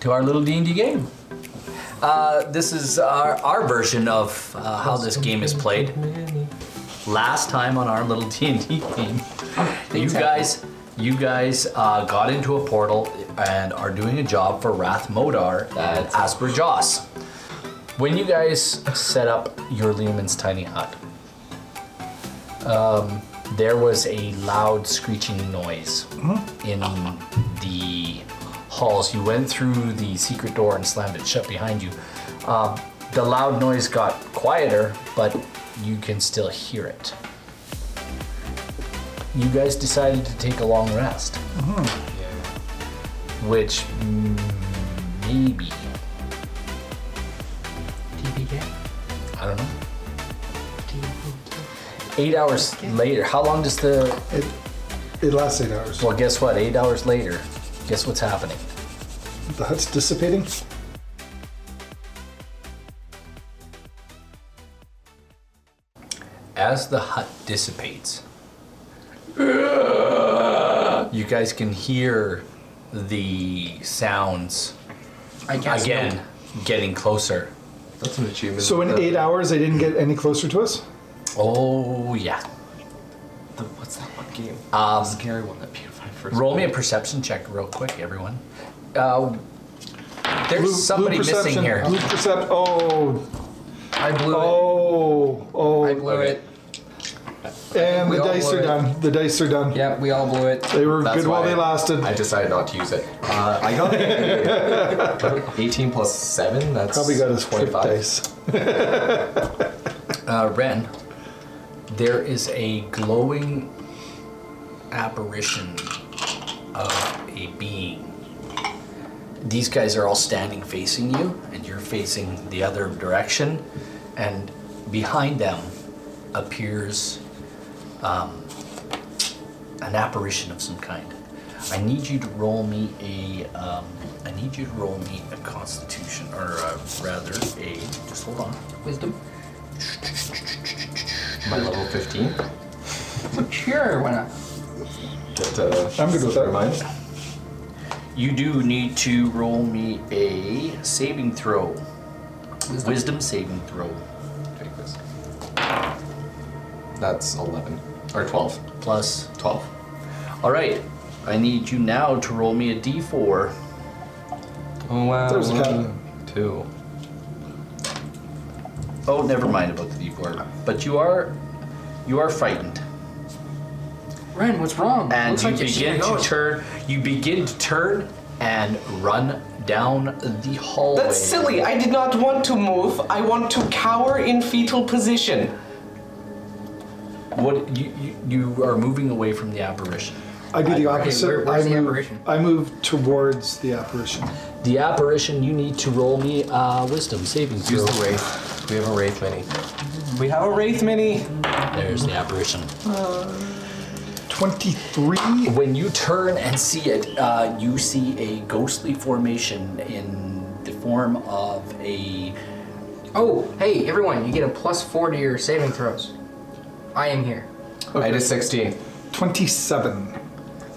to our little D&D game. Uh, this is our, our version of uh, how this game is played. Last time on our little D&D game, you guys, you guys uh, got into a portal and are doing a job for Wrath Modar and Asper Joss. When you guys set up your Lehman's tiny hut, um, there was a loud screeching noise in the halls. You went through the secret door and slammed it shut behind you. Um, the loud noise got quieter, but you can still hear it. You guys decided to take a long rest, which mm, maybe I don't know. Eight hours later. How long does the It, it lasts eight hours. Well, guess what? Eight hours later, guess what's happening? The hut's dissipating. As the hut dissipates, you guys can hear the sounds I guess again getting closer. That's an achievement. So in That- eight hours, they didn't get any closer to us. Oh, yeah. The, what's that one game? Ah, Um, the scary one that purified first. Roll me a perception check, real quick, everyone. Uh, there's Blue- blue somebody missing perception, here. Blue percept. Oh, I blew oh, oh. it. I blew it. and we the all dice blew are it. done. The dice are done. Yeah, we all blew it. They were That's good while why they lasted. I decided not to use it. Uh, I got a- 18 plus 7. That's Probably got us flip 25. dice. Uh, Ren, there is a glowing apparition of a being. These guys are all standing facing you, and you're facing the other direction, and behind them appears um, an apparition of some kind. I need you to roll me a. Um, I need you to roll me a Constitution, or uh rather a. Just hold on. Wisdom? My level 15. Sure, why not? Just, uh, I'm good with that. Remind. You do need to roll me a saving throw. Wisdom, saving throw. Take this. That's 11. Or 12. Plus. 12. All right. I need you now to roll me a d4. Oh, wow. There's a cat. Two. Oh, never mind about the d4. But you are, you are frightened, Ren, what's wrong? and Looks you like you're begin seeing to ghosts. turn. You begin to turn and run down the hallway. That's silly. I did not want to move. I want to cower in fetal position. What you, you you are moving away from the apparition. I do the Okay, opposite. where- where's I the move, apparition? I move towards the apparition. The apparition. You need to roll me a wisdom saving throw. Use the Wraith. We have a Wraith mini. We have a Wraith Mini. There's the apparition. Twenty-three. When you turn and see it, uh, you see a ghostly formation in the form of a. Oh, hey, everyone, you get a plus four to your saving throws. I am here. I did 16. Twenty-seven.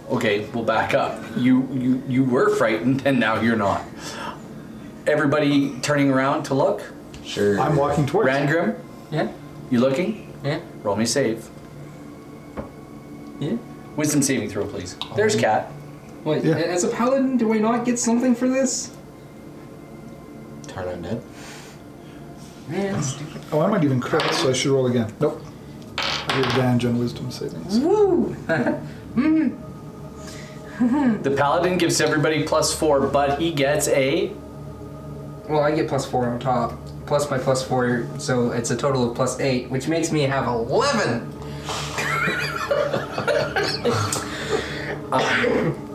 Okay, we'll back up. You you you were frightened, and now you're not. Everybody turning around to look. Sure. I'm walking towards. Rangrim, Yeah? you looking? Yeah? Roll me save. Yeah? Wisdom saving throw, please. There's cat. Wait, Yeah. as a paladin, do I not get something for this? Turn on dead. Man, stupid. Oh, I'm not even crit, so I should roll again. Nope. I get advantage on wisdom savings. Woo! The paladin gives everybody plus four, but he gets a. Well, I get plus four on top, plus my plus four, so it's a total of plus eight, which makes me have 11!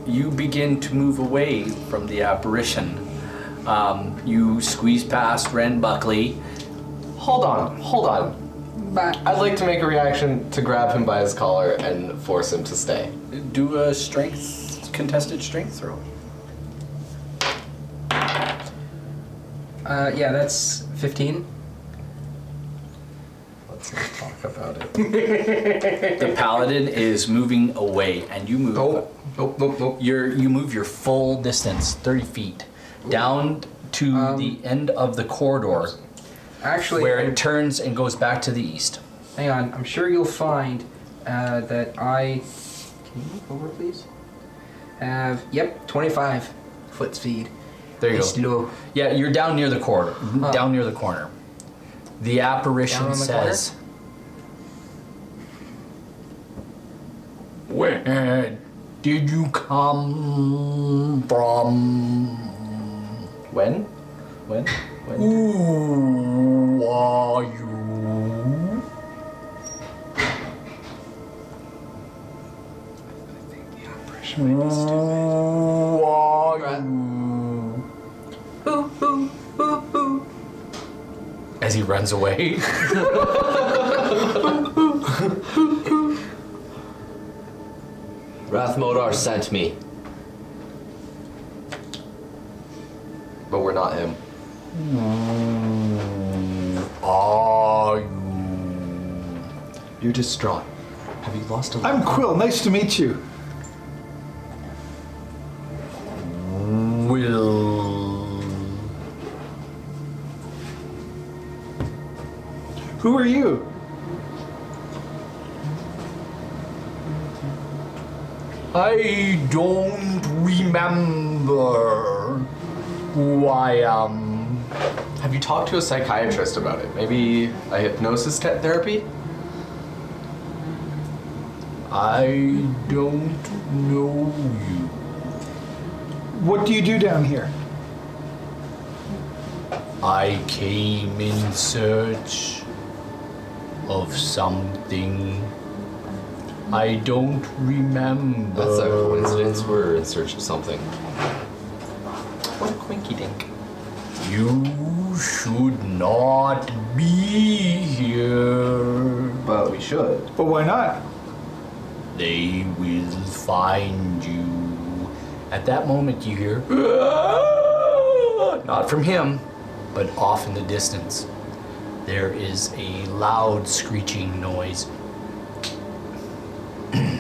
you begin to move away from the apparition. Um, you squeeze past Ren Buckley. Hold on. Hold on. But I'd like to make a reaction to grab him by his collar and force him to stay. Do a strength contested strength throw. Uh, yeah, that's 15. Let's not talk about it. The paladin is moving away, and you move. Oh. Nope, nope, nope, nope. You're, you move your full distance, 30 feet, down to the end of the corridor Actually, where it turns and goes back to the east. hang on. I'm sure you'll find uh, that I. Can you move over, please? Have yep, 25 foot speed. There you It's go. low. Yeah, you're down near the corridor, down near the corner. The apparition Down on the says, "Where did you come from? When? When? When? Who are you?" Who are you? Boo, boo, boo, boo. As he runs away. Rathmodar sent me. But we're not him. are you? You're distraught. Have you lost a lot? I'm Quill. Nice to meet you. Will. Who are you? I don't remember who I am. Have you talked to a psychiatrist about it? Maybe a hypnosis te- therapy? I don't know you. What do you do down here? I came in search of something. I don't remember. That's a Uh, coincidence. We're in search of something. What a quinky dink. You should not be here. But we should. But why not? They will find you. At that moment, you hear. "Ah!" Not from him, but off in the distance. There is a loud screeching noise.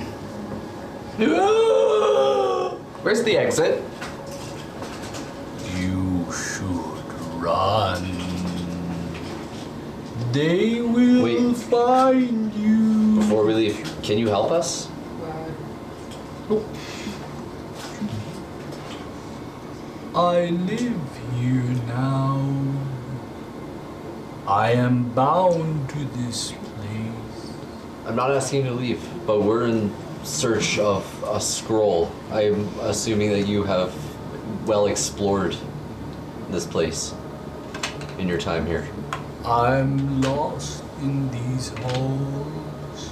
Ah! Where's the exit? You should run. They will Wait. find you. Before we leave, can you help us? I live here now. I am bound to this place. I'm not asking you to leave, but we're in search of a scroll. I'm assuming that you have well explored this place in your time here. I'm lost in these halls.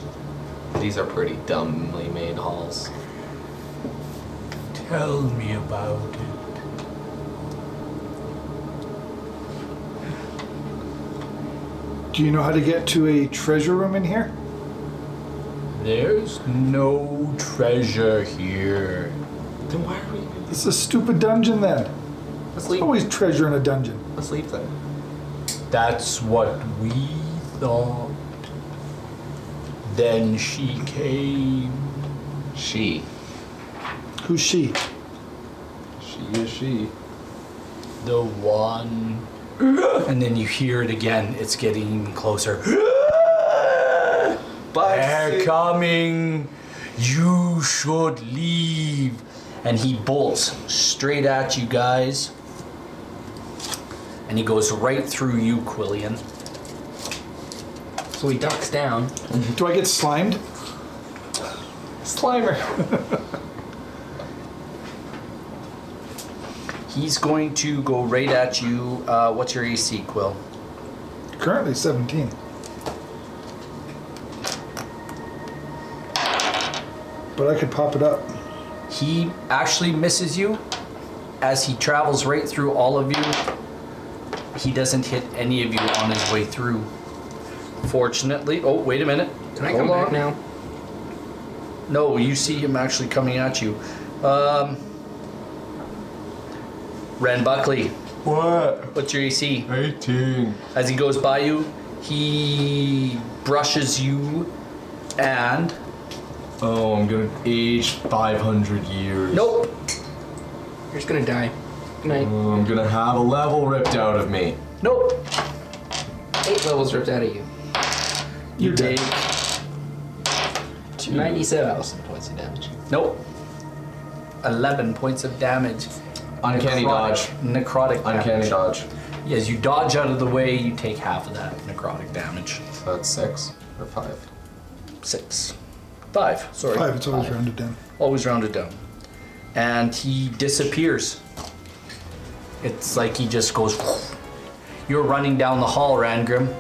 These are pretty dumbly made halls. Tell me about it. Do you know how to get to a treasure room in here? There's no treasure here. Then why are we? It's a stupid dungeon then. Let's There's leave. always treasure in a dungeon. Let's leave then. That's what we thought. Then she came. She. Who's she? She is she. The one. And then you hear it again. It's getting even closer. But They're coming. You should leave. And he bolts straight at you guys. And he goes right through you, Quillian. So he ducks down. Do I get slimed? Slimer. He's going to go right at you. Uh, what's your AC, Quill? Currently 17. But I could pop it up. He actually misses you as he travels right through all of you. He doesn't hit any of you on his way through. Fortunately, oh wait a minute. Can I Hold come back on. now? No, you see him actually coming at you. Um, Ren Buckley, What? what's your AC? 18. As he goes by you, he brushes you and Oh, I'm gonna age 500 years. nope. You're just gonna die. Good night. I'm gonna have a level ripped out of me. Nope. Eight levels ripped out of you. You take Mm-hmm. Two 97. thousand points of damage. Nope. 11 points of damage. Uncanny dodge. Necrotic damage. Uncanny dodge. As you dodge out of the way, you take half of that necrotic damage. So that's six or five. Six. Five, sorry. Five, it's always rounded down. Always rounded down. And he disappears. It's like he just goes. You're running down the hall, Rangrim.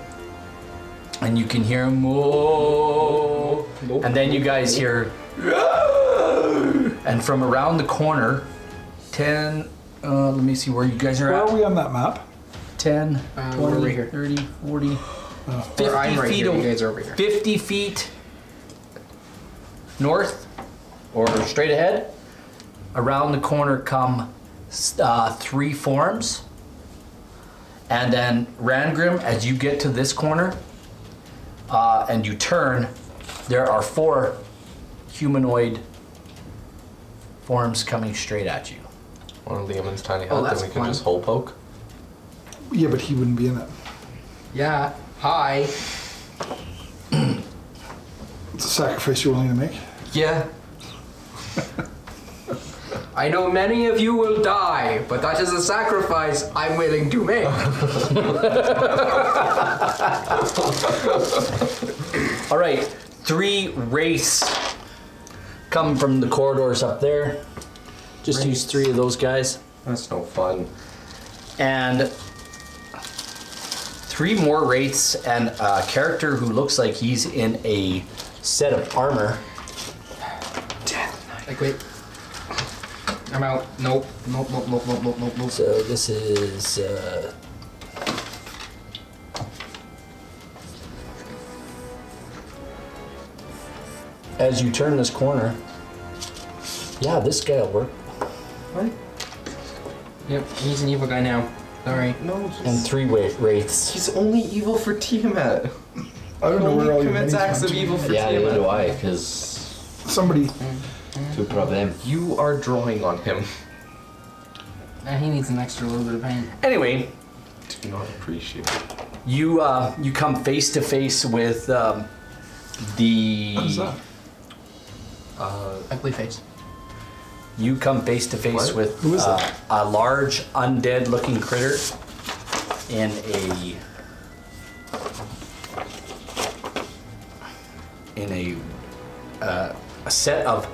And you can hear him. Whoa. And then you guys hear. And from around the corner, 10. Uh, let me see where you guys are Where at. are we on that map? 10, Uh, we're 20, over here. 30, 40, Or 50 I'm right feet here. a- You guys are over here. 50 feet north or straight ahead. Around the corner come s- uh, three forms. And then Rangrim, as you get to this corner uh, and you turn, there are four humanoid forms coming straight at you. One of Liam's tiny hut Oh, that that's we can one. just hole poke. Yeah, but he wouldn't be in it. Yeah. Hi. It's a sacrifice you're willing to make. Yeah. I know many of you will die, but that is a sacrifice I'm willing to make. All right, three race come from the corridors up there. Just use three of those guys. That's no fun. and three more wraiths and a character who looks like he's in a set of armor. like, wait. I'm out. Nope. Nope, nope, nope, nope, nope, nope, nope. So this is. Uh, as you turn this corner, yeah, this guy'll work. What? Yep, he's an evil guy now. Sorry. No, And three wa- wraiths. he's only evil for Tiamat. I don't know where all your minis went. for Yeah, neither do I, because Somebody, two problem. You are drawing on him. Uh, he needs an extra little bit of pain. Anyway, Do not appreciate. you uh, you come face to face with um, the. uh, what is that? Ugly face. You come face to face What? with Who is uh, that? a large undead looking critter in a in a uh, a set of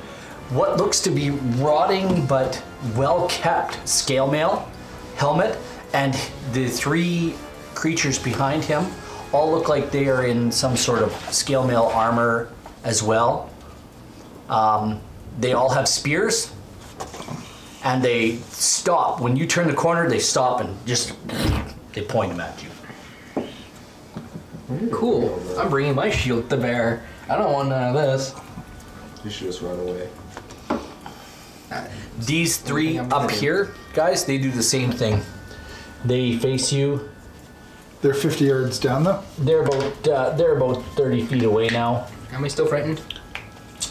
what looks to be rotting but well kept scale mail helmet and the three creatures behind him all look like they are in some sort of scale mail armor as well um, they all have spears and they stop when you turn the corner they stop and just they point them at you Cool. I'm bringing my shield to bear. I don't want none of this. You should just run away. these three I'm up kidding. here guys they do the same thing they face you They're 50 yards down though. they're about uh, they're about 30 feet away now Am I still frightened?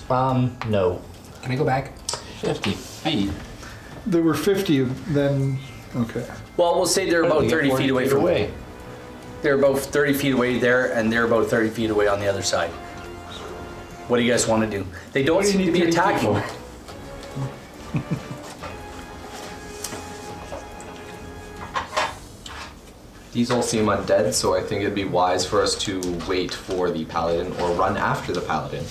um no Can I go back? Fifty feet. They were 50, then. Okay. well we'll say they're about Only 30 40 feet away from away. they're about 30 feet away there and they're about 30 feet away on the other side what do you guys want to do they don't seem to be attacking These all seem undead, so I think it'd be wise for us to wait for the paladin or run after the paladin.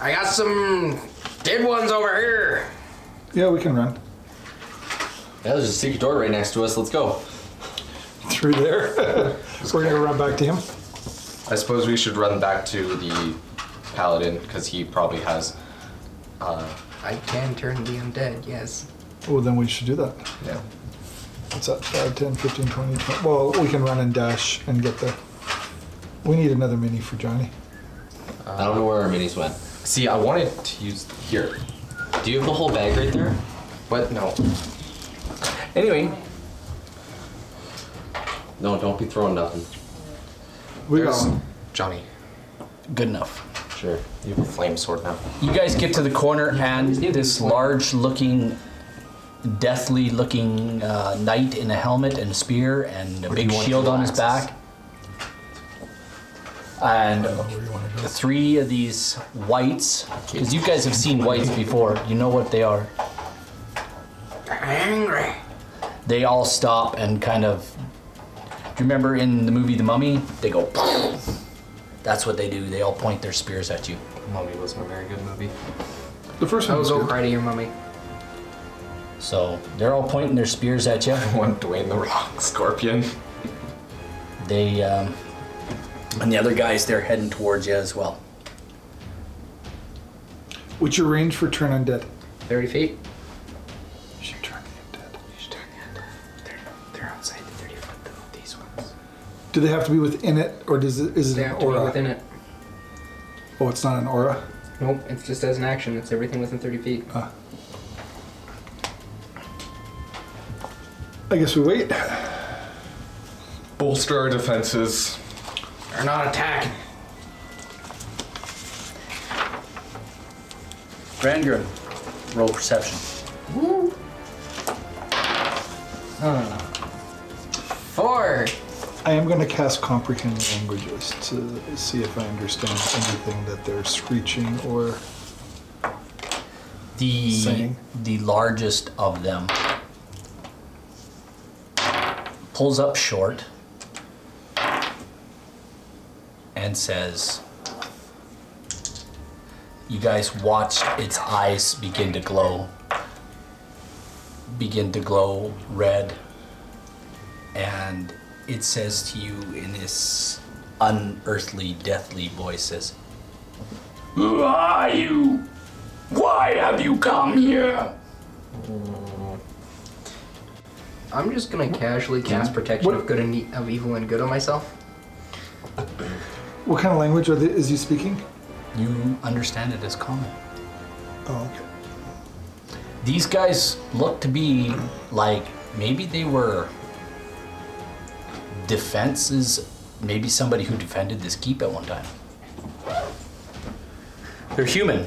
I got some dead ones over here. Yeah, we can run Yeah, there's a secret door right next to us. Let's go. through there. we're gonna run back to him. I suppose we should run back to the paladin because he probably has. I can turn the undead, yes. Well, then we should do that. Yeah. What's that? 5, 10, 15, 20, 20. Well, we can run and dash and get there. We need another mini for Johnny. I don't know where our minis went. See, I wanted to use here, Do you have the whole bag right there? but no. anyway No, don't be throwing nothing. We got There's- one. Johnny, good enough Sure. you have a flame sword now. You guys get to the corner, and just need this one. large looking deathly looking uh, knight in a helmet and a spear and a big shield on his back. And three of these whites, because you guys have seen whites before, you know what they are. Angry. They all stop and kind of. Do you remember in the movie The Mummy? They go. That's what they do. They all point their spears at you. Mummy wasn't a very good movie. The first I will one was go good. cry to your mummy. So they're all pointing their spears at you. I want Dwayne the Rock Scorpion. They um, and the other guys they're heading towards you as well. What's your range for turn undead? 30 feet. You should turn the undead. They're, they're outside the 30 foot though, these ones. Do they have to be within it, or does it, is it They an have to be aura? within it. Oh, it's not an aura. Nope, it's just as an action. It's everything within 30 feet. I guess we wait. Bolster our defenses. They're not attacking. Grandeur, roll perception. Four. I am going to cast comprehend languages to see if I understand anything that they're screeching or. The Singing. the largest of them pulls up short and says, "You guys watch its eyes begin to glow, begin to glow red, and it says to you in this unearthly, deathly voice, says." Who are you? Why have you come here? I'm just gonna casually cast protection of good and e- of evil and good on myself. What kind of language are they, is he speaking? You understand it as common. Oh, okay. These guys look to be like maybe they were defenses, maybe somebody who defended this keep at one time. They're human.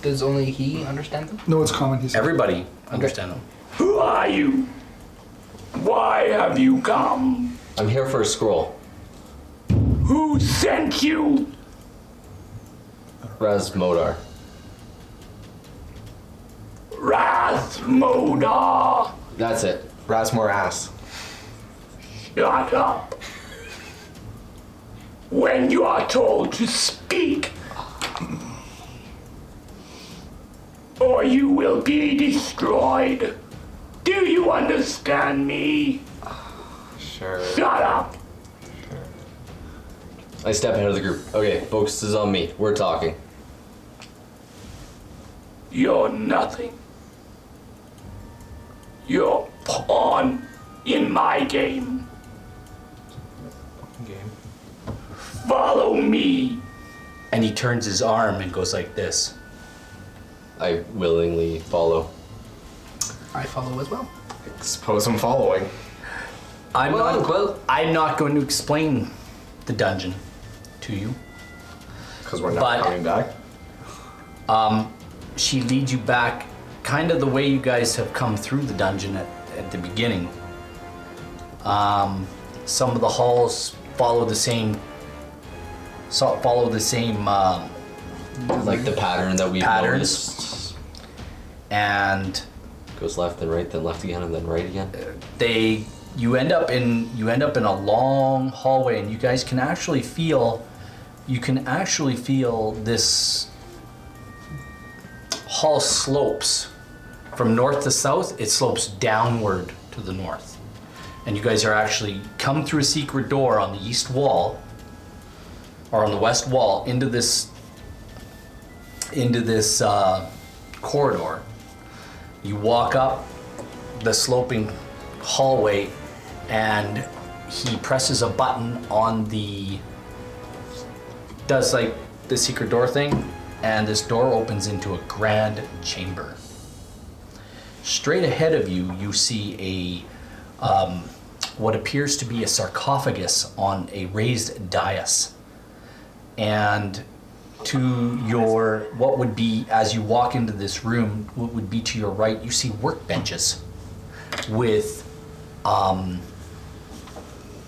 Does only he understand them? No, it's common. He's Everybody understand them. Who are you? Why have you come? I'm here for a scroll. Who sent you? Raz Modar. Rathmodar! That's it. Rasmor ass. Shut up. When you are told to speak, or you will be destroyed. Do you understand me? Sure. Shut up. I step ahead of the group. Okay, focus is on me. We're talking. You're nothing. You're pawn in my game. Game. Follow me. And he turns his arm and goes like this. I willingly follow. I follow as well. Suppose I'm following. I'm Well, not. well- I'm not going to explain the dungeon to you. Because we're not But- coming back. She leads you back, kind of the way you guys have come through the dungeon at, at the beginning. Um, some of the halls follow the same. So follow the same, um Like the pattern that we've Pattern. noticed. and Goes left, then right, then left again, and then right again. they you end up in you end up in a long hallway and you guys can actually feel you can actually feel this hall slopes from north to south it slopes downward to the north and you guys are actually come through a secret door on the east wall or on the west wall into this into this uh, corridor you walk up the sloping hallway and he presses a button on the does like the secret door thing and this door opens into a grand chamber straight ahead of you you see a um, what appears to be a sarcophagus on a raised dais and to your what would be as you walk into this room what would be to your right you see workbenches with um,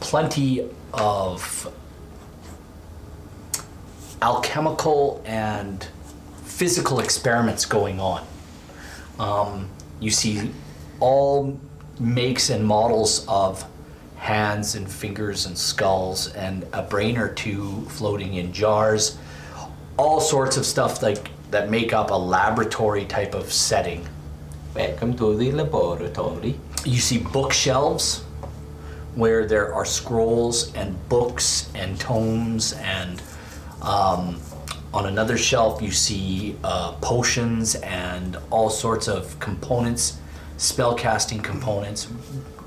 plenty of alchemical and physical experiments going on um, you see all makes and models of hands and fingers and skulls and a brain or two floating in jars all sorts of stuff like that make up a laboratory type of setting Welcome to the laboratory. you see bookshelves where there are scrolls and books and tomes and um, on another shelf you see uh, potions and all sorts of components spell casting components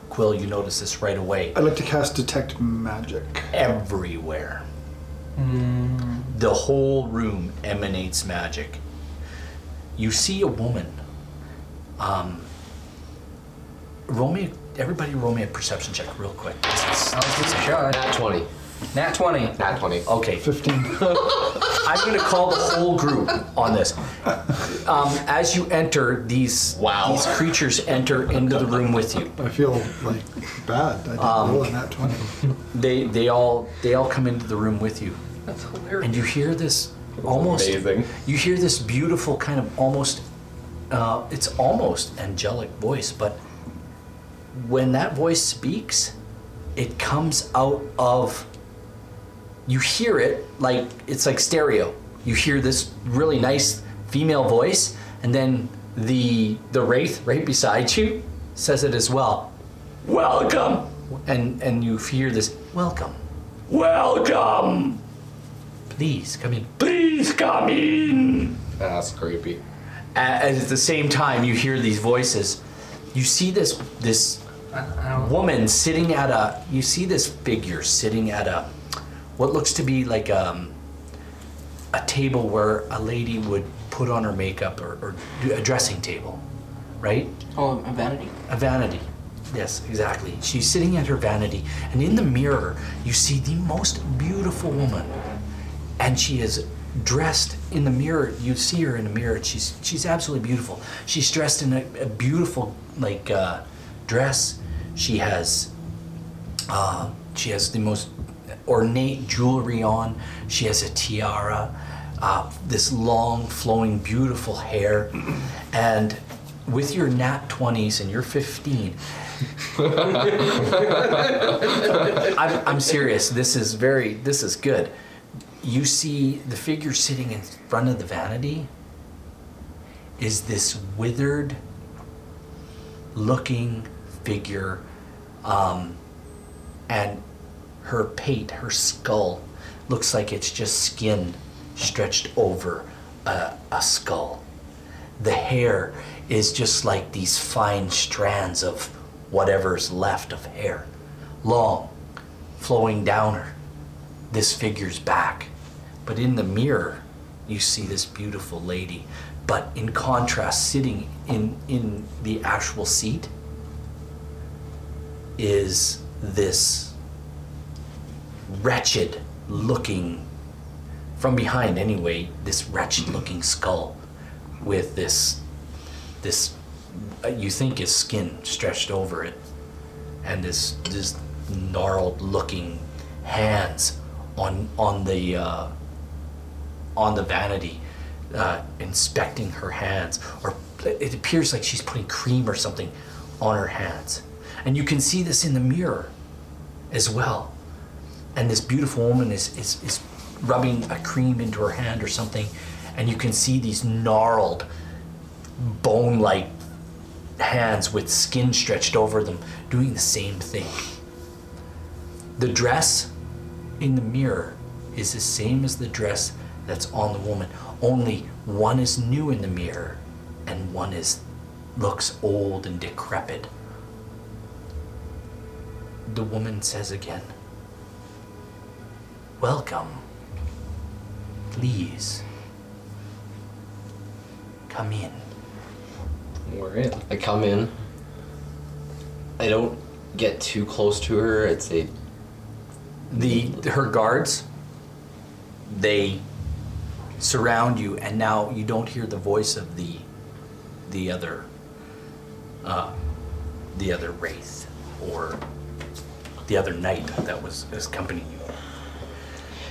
quill you notice this right away I'd like to cast detect magic. everywhere. The whole room emanates magic. You see a woman. Um, roll me, everybody, roll me a perception check real quick. This is- I'll give it a shot. Nat 20. Nat 20. Nat 20. Okay, Fifteen. I'm gonna call the whole group on this. Um, as you enter, these Wow. these creatures enter into the room with you. I feel like bad. I didn't roll in that twenty. They they all they all come into the room with you, That's hilarious. and you hear this almost Amazing. you hear this beautiful kind of almost uh, it's almost angelic voice but when that voice speaks it comes out of you hear it like it's like stereo you hear this really nice female voice and then the the wraith right beside you says it as well Welcome! and and you hear this welcome Welcome! please come in Please come in! That's creepy. and at the same time you hear these voices you see this this woman sitting at a you see this figure sitting at a what looks to be like um, a table where a lady would put on her makeup or, or do a dressing table right Oh, a vanity. a vanity yes exactly she's sitting at her vanity and in the mirror you see the most beautiful woman and she is dressed in the mirror. You see her in the mirror. and She's she's absolutely beautiful. She's dressed in a, a beautiful like uh, dress. She has uh, she has the most ornate jewelry on. She has a tiara, uh, this long flowing beautiful hair, and with your nat twenties and your fifteen. I'm, I'm serious. This is very. This is good. You see the figure sitting in front of the vanity is this withered looking figure um, and her pate her skull looks like it's just skin stretched over a, a skull the hair is just like these fine strands of whatever's left of hair long flowing down her this figure's back. But in the mirror, you see this beautiful lady. But in contrast, sitting in, in the actual seat is this wretched looking, from behind anyway, this wretched looking skull with this, this uh, you think is skin stretched over it and this this gnarled looking hands on on the uh, on the vanity uh, inspecting her hands or it appears like she's putting cream or something on her hands and you can see this in the mirror as well and this beautiful woman is, is, is rubbing a cream into her hand or something and you can see these gnarled bone-like hands with skin stretched over them doing the same thing. The dress in the mirror is the same as the dress that's on the woman, only one is new in the mirror and one is looks old and decrepit. The woman says again, "Welcome. Please come in." We're in. I come in. I don't get too close to her. I'd say the her guards they surround you, and now you don't hear the voice of the the other uh, the other wraith or the other knight that was accompanying you.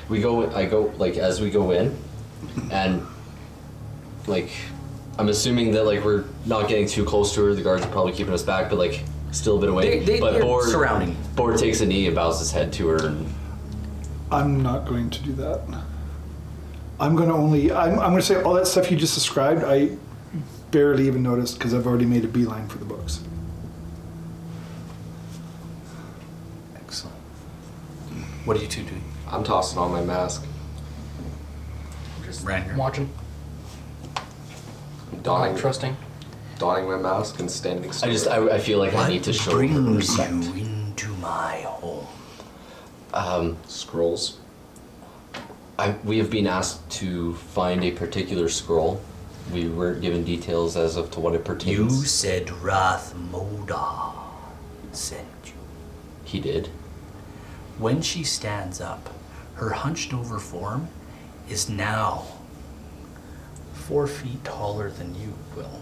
We go. I go like as we go in, and like I'm assuming that like we're not getting too close to her. The guards are probably keeping us back, but like still a bit away. They- they- but they're Bor surrounding. Bor takes a knee and bows his head to her. And I'm not going to do that. I'm going to only. I'm, I'm going to say all that stuff you just described. I barely even noticed because I've already made a beeline for the books. Excellent. What are you two doing? I'm tossing on my mask. Just Ragnar. watching. I'm Not donning, trusting. donning my mask and standing I still. just I, I feel like I need to show her brings you respect. into my home? Scrolls. Um, I, we have been asked to find a particular scroll. We weren't given details as of to what it You pertains. said Rathmoda sent you. He did. When she stands up, her hunched over form is now four feet taller than you, Will.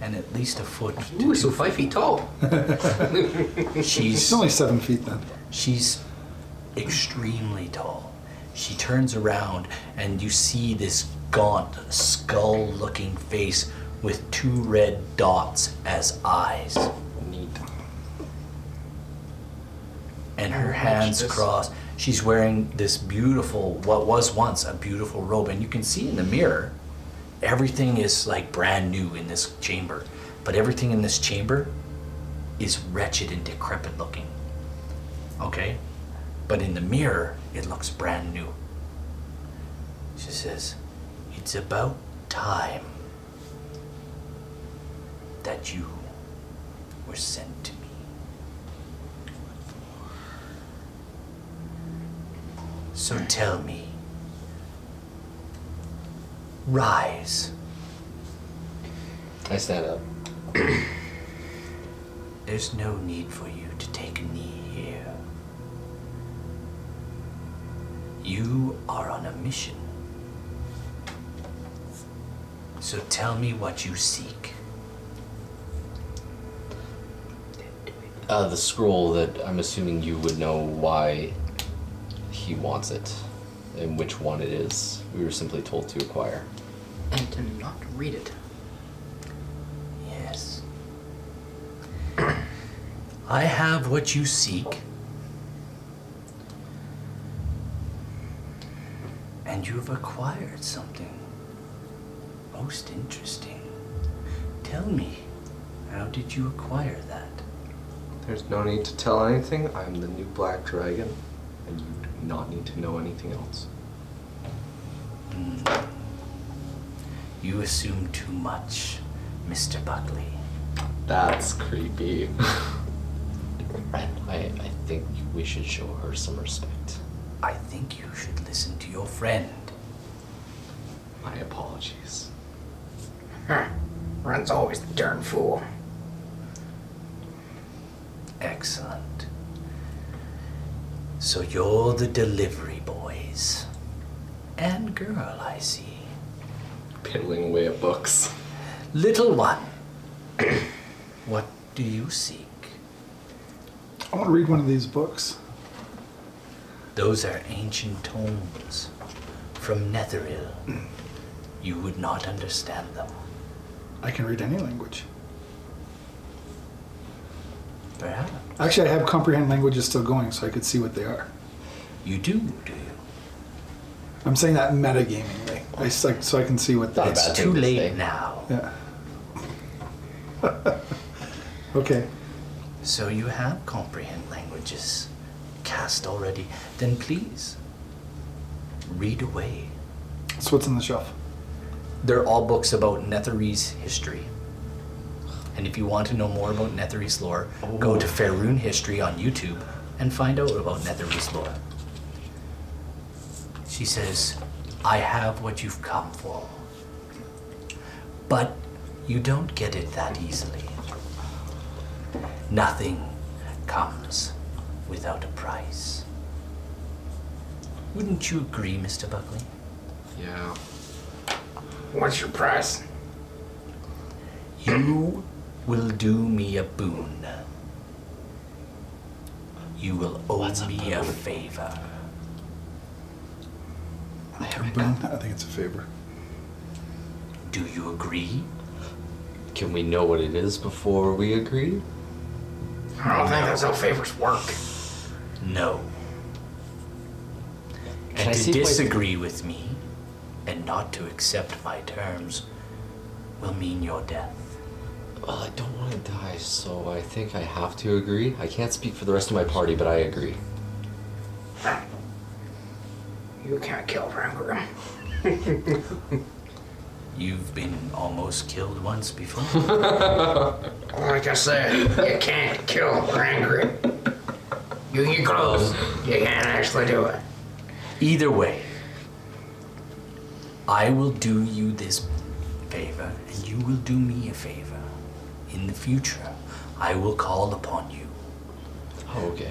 And at least a foot. Ooh, so five feet tall. It's She's only seven feet then. she's extremely tall. She turns around and you see this gaunt, skull looking face with two red dots as eyes. Neat. and her hands crossed. She's wearing this beautiful, what was once a beautiful robe, and you can see in the mirror, everything is like brand new in this chamber. But everything in this chamber is wretched and decrepit looking. Okay? But in the mirror, it looks brand new. She says, It's about time that you were sent to me. So tell me. Rise. I stand up. There's no need for you to take a knee here. You are on a mission. So tell me what you seek. Uh, the scroll that I'm assuming you would know why he wants it and which one it is. We were simply told to acquire. And to not read it. Yes. I have what you seek. And you've acquired something most interesting. Tell me, how did you acquire that? There's no need to tell anything. I'm the new black dragon, and you do not need to know anything else. You assume too much, Mr. Buckley. That's creepy. I, I think we should show her some respect. I think you should listen to your friend. My apologies. Run's always the darn fool. Excellent. So you're the delivery boys. And girl, I see. Piddling away at books. Little one, what do you seek? I want to read one of these books. Those are ancient tomes from Netheril. You would not understand them. I can read any language. Perhaps. Actually, I have comprehend languages still going, so I could see what they are. You do, do you? I'm saying that metagamingly. I s- like so I can see what Not a that's. bad It's thing too to late say. now. Yeah. okay. So you have comprehend languages cast already. Then please, read away. So what's on the shelf? They're all books about Netherese history. And if you want to know more about Netherese lore, go to Faerun History on YouTube and find out about Netherese lore. She says, I have what you've come for. But you don't get it that easily. Nothing comes without a price. Wouldn't you agree, Mr. Buckley? Yeah. What's your price? You will do me a boon. You will owe me a favor. Boom. I think it's a favor. Do you agree? Can we know what it is before we agree? I don't think that's how favors work. No. Can I and see to if I- disagree with me and not to accept my terms will mean your death. Well, I don't want to die, so I think I have to agree. I can't speak for the rest of my party, but I agree. You can't kill Rangram. You've been almost killed once before. Like I said, you can't kill Rangram. You can get close. You can't actually do it. Either way, I will do you this favor, and you will do me a favor. In the future, I will call upon you Oh, okay.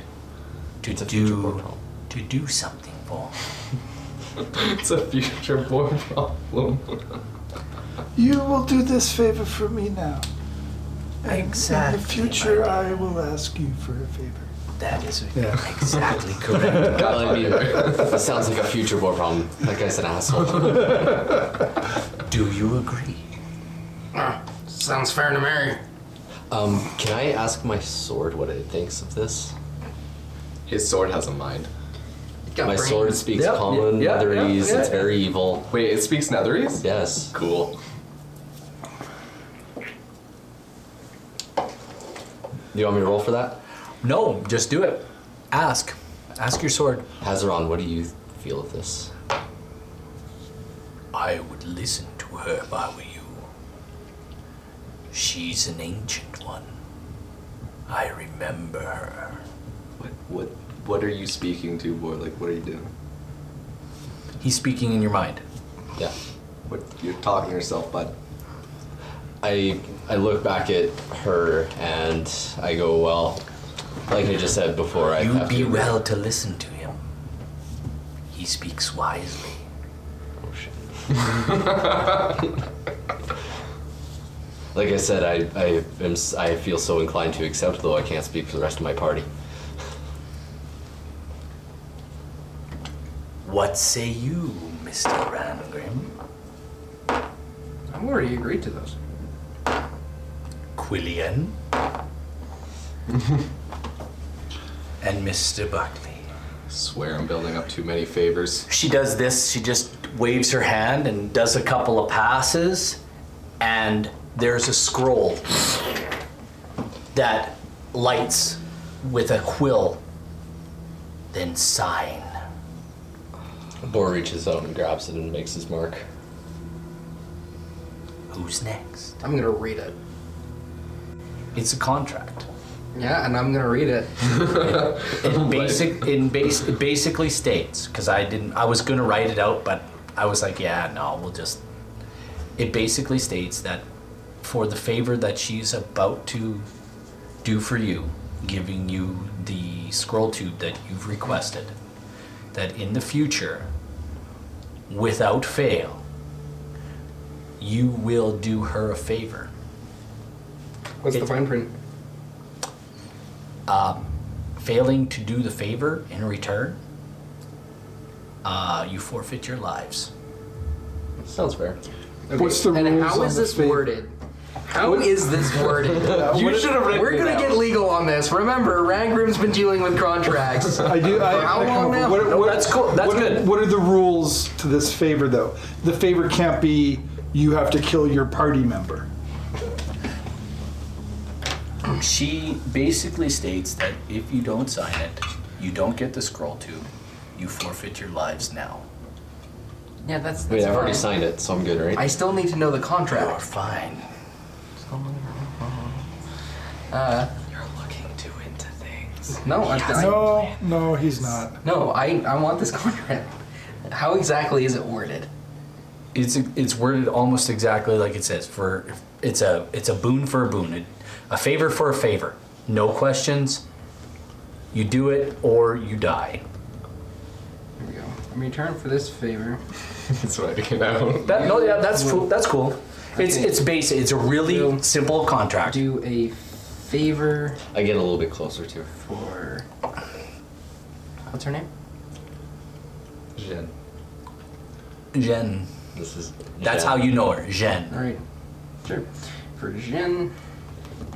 to It's a future do portal. to do something for me. It's a future boy problem. You will do this favor for me now. And Exactly, In my the future, dear. I will ask you for a favor. That is Yeah. exactly correct. Well, I mean, it sounds like a future war problem. That guy's an asshole. Do you agree? Ah, Sounds fair to me. Um, can I ask my sword what it thinks of this? His sword has a mind. Got My brain. sword speaks Yep, common, yeah, yeah, netherese, yeah. it's very evil. Wait, it speaks Netherese? Yes. Cool. You want me to roll for that? No, just do it. Ask. Ask your sword. Hazaron, what do you feel of this? I would listen to her if I were you. She's an ancient one. I remember her. What, what, what are you speaking to, boy? Like, what are you doing? He's speaking in your mind. Yeah. What, you're talking to yourself, bud. I I look back at her and I go, well, like I just said before, I you have be to. well to listen to him. He speaks wisely. Like I said, I I am s- I feel so inclined to accept, though I can't speak for the rest of my party. What say you, Mr. Rangrim? I've already agreed to those. Quillian? and Mr. Buckley. Swear I'm building up too many favors. She does this, she just waves her hand and does a couple of passes, and there's a scroll that lights with a quill. Then sign. Bor reaches out and grabs it and makes his mark. Who's next? I'm gonna read it. It's a contract. Yeah, and I'm gonna read it. It basic in base it basically states because I didn't I was gonna write it out but I was like yeah no we'll just it basically states that for the favor that she's about to do for you giving you the scroll tube that you've requested that in the future without fail you will do her a favor What's the It- fine print? failing to do the favor in return uh, you forfeit your lives Sounds fair. What's the and rules how on is the this fate? worded? How is this worded? You should have written We're it gonna out. get legal on this. Remember, Rangrim's been dealing with contracts. I do. I, For how I come long up with- now? What, No, what- that's cool. That's what are- good. What are the rules to this favor, though? The favor can't be you have to kill your party member. She basically states that if you don't sign it, you don't get the scroll tube, you forfeit your lives now. yeah, that's. Wait, that's I've already fine. signed it, so I'm good, right? I still need to know the You're contract. fine. Uh, You're looking too into things. no, I, I, No, no, he's not. no, I, I want this contract. How exactly is it worded? It's it's worded almost exactly like it says. For it's a it's a boon for a boon, a favor for a favor. No questions. You do it or you die. There we go. In return for this favor, That's what I figured out. That, no, yeah, that's cool. That's cool. It's Okay. it's basic. It's a really Yeah. simple contract. do a favor I get a little bit closer to her. for. What's her name? Jen. Jen. This is. That's how you know her, Jen. All right. Sure. For Jin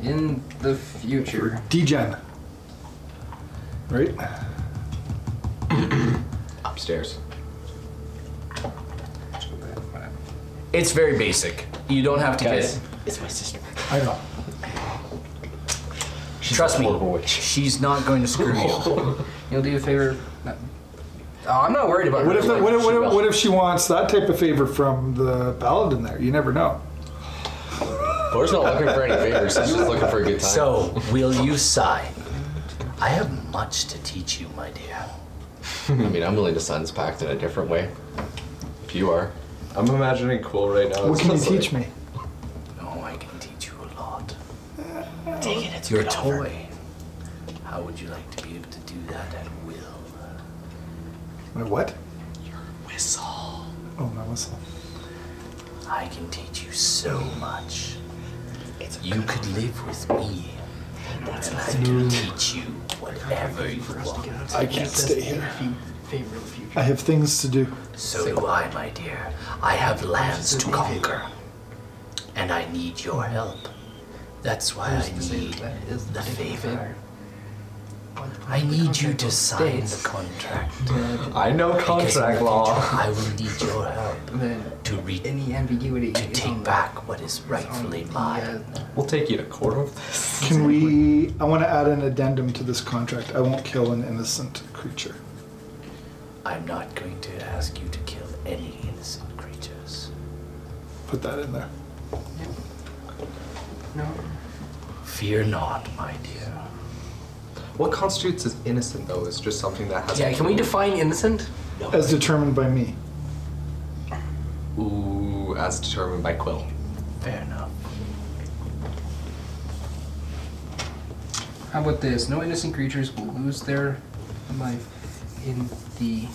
in the future. Degen. Right? Upstairs. Let's go back. Whatever. It's very basic. You don't have to Guys, get. it's my sister. I know. Trust me, horrible witch. she's not going to screw you. You'll do a favor. No. Oh, I'm not worried about What her. if, what, if, what, if, what if she wants that type of favor from the paladin there? You never know. Boar's not looking for any favors. He's just looking for a good time. So, will you sign? I have much to teach you, my dear. I mean, I'm willing to sign this pact in a different way. If you are. I'm imagining Quill right now. What It's can you just like- teach me? No, I can teach you a lot. Take it, it's your toy. How would you like to be able to do that at will? My what? Whistle. Oh, my whistle. I can teach you so much. you could live with me. and I can teach you whatever you want. I can't stay here. I have things to do. So do I, my dear. I have lands to conquer. And I need your help. That's why I need the favor. I need you to sign the contract. I know Because in the contract future, law. I will need your help Then to read any ambiguity to is on take the- back what is rightfully mine. We'll take you to court over this. Can we? I want to add an addendum to this contract. I won't kill an innocent creature. I'm not going to ask you to kill any innocent creatures. Put that in there. No. Fear not, my dear. What constitutes as innocent though is just something that has. Yeah, can we define innocent? As determined by me. Ooh, as determined by Quill. Fair enough. How about this? No innocent creatures will lose their life in the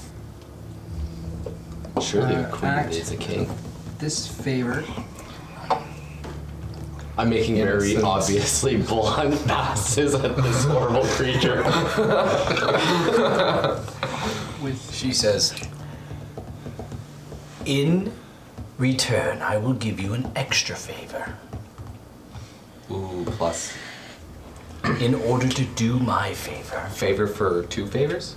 Surely a Uh, queen act. needs a king. this favor. I'm making very Innocence. obviously blonde passes at this horrible creature. With She says, In return, I will give you an extra favor. Ooh, plus In order to do my favor, favor for two favors.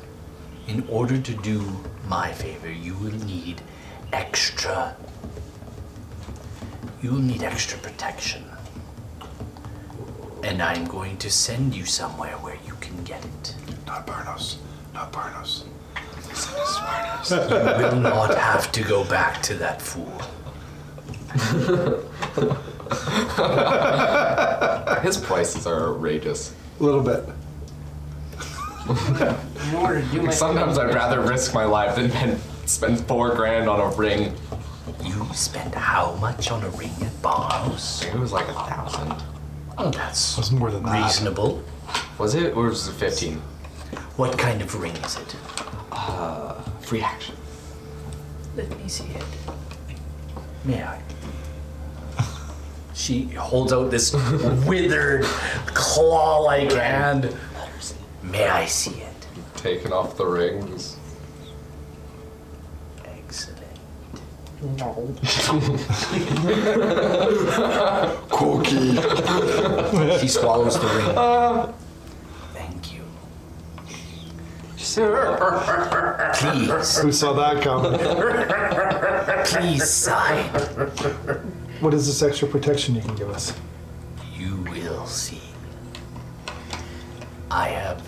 in order to do my favor, you will need extra. You will need extra protection. And I'm going to send you somewhere where you can get it. Not Barnos. Not Barnos. You will not have to go back to that fool. His prices are outrageous. A little bit. in order to do my Sometimes I'd rather risk my life than men- spend four grand on a ring. You spent how much on a ring at Barnes? It was like a thousand. Oh, that's It's more than that. reasonable. Was it or was it fifteen? What kind of ring is it? Free action. Let me see it. May I? She holds out this withered, claw like hand. May I see it? Taking off the rings. Excellent. Cookie. She swallows the ring. Thank you. Please, Who saw that coming? please sign. what is this extra protection you can give us? You will see. I have.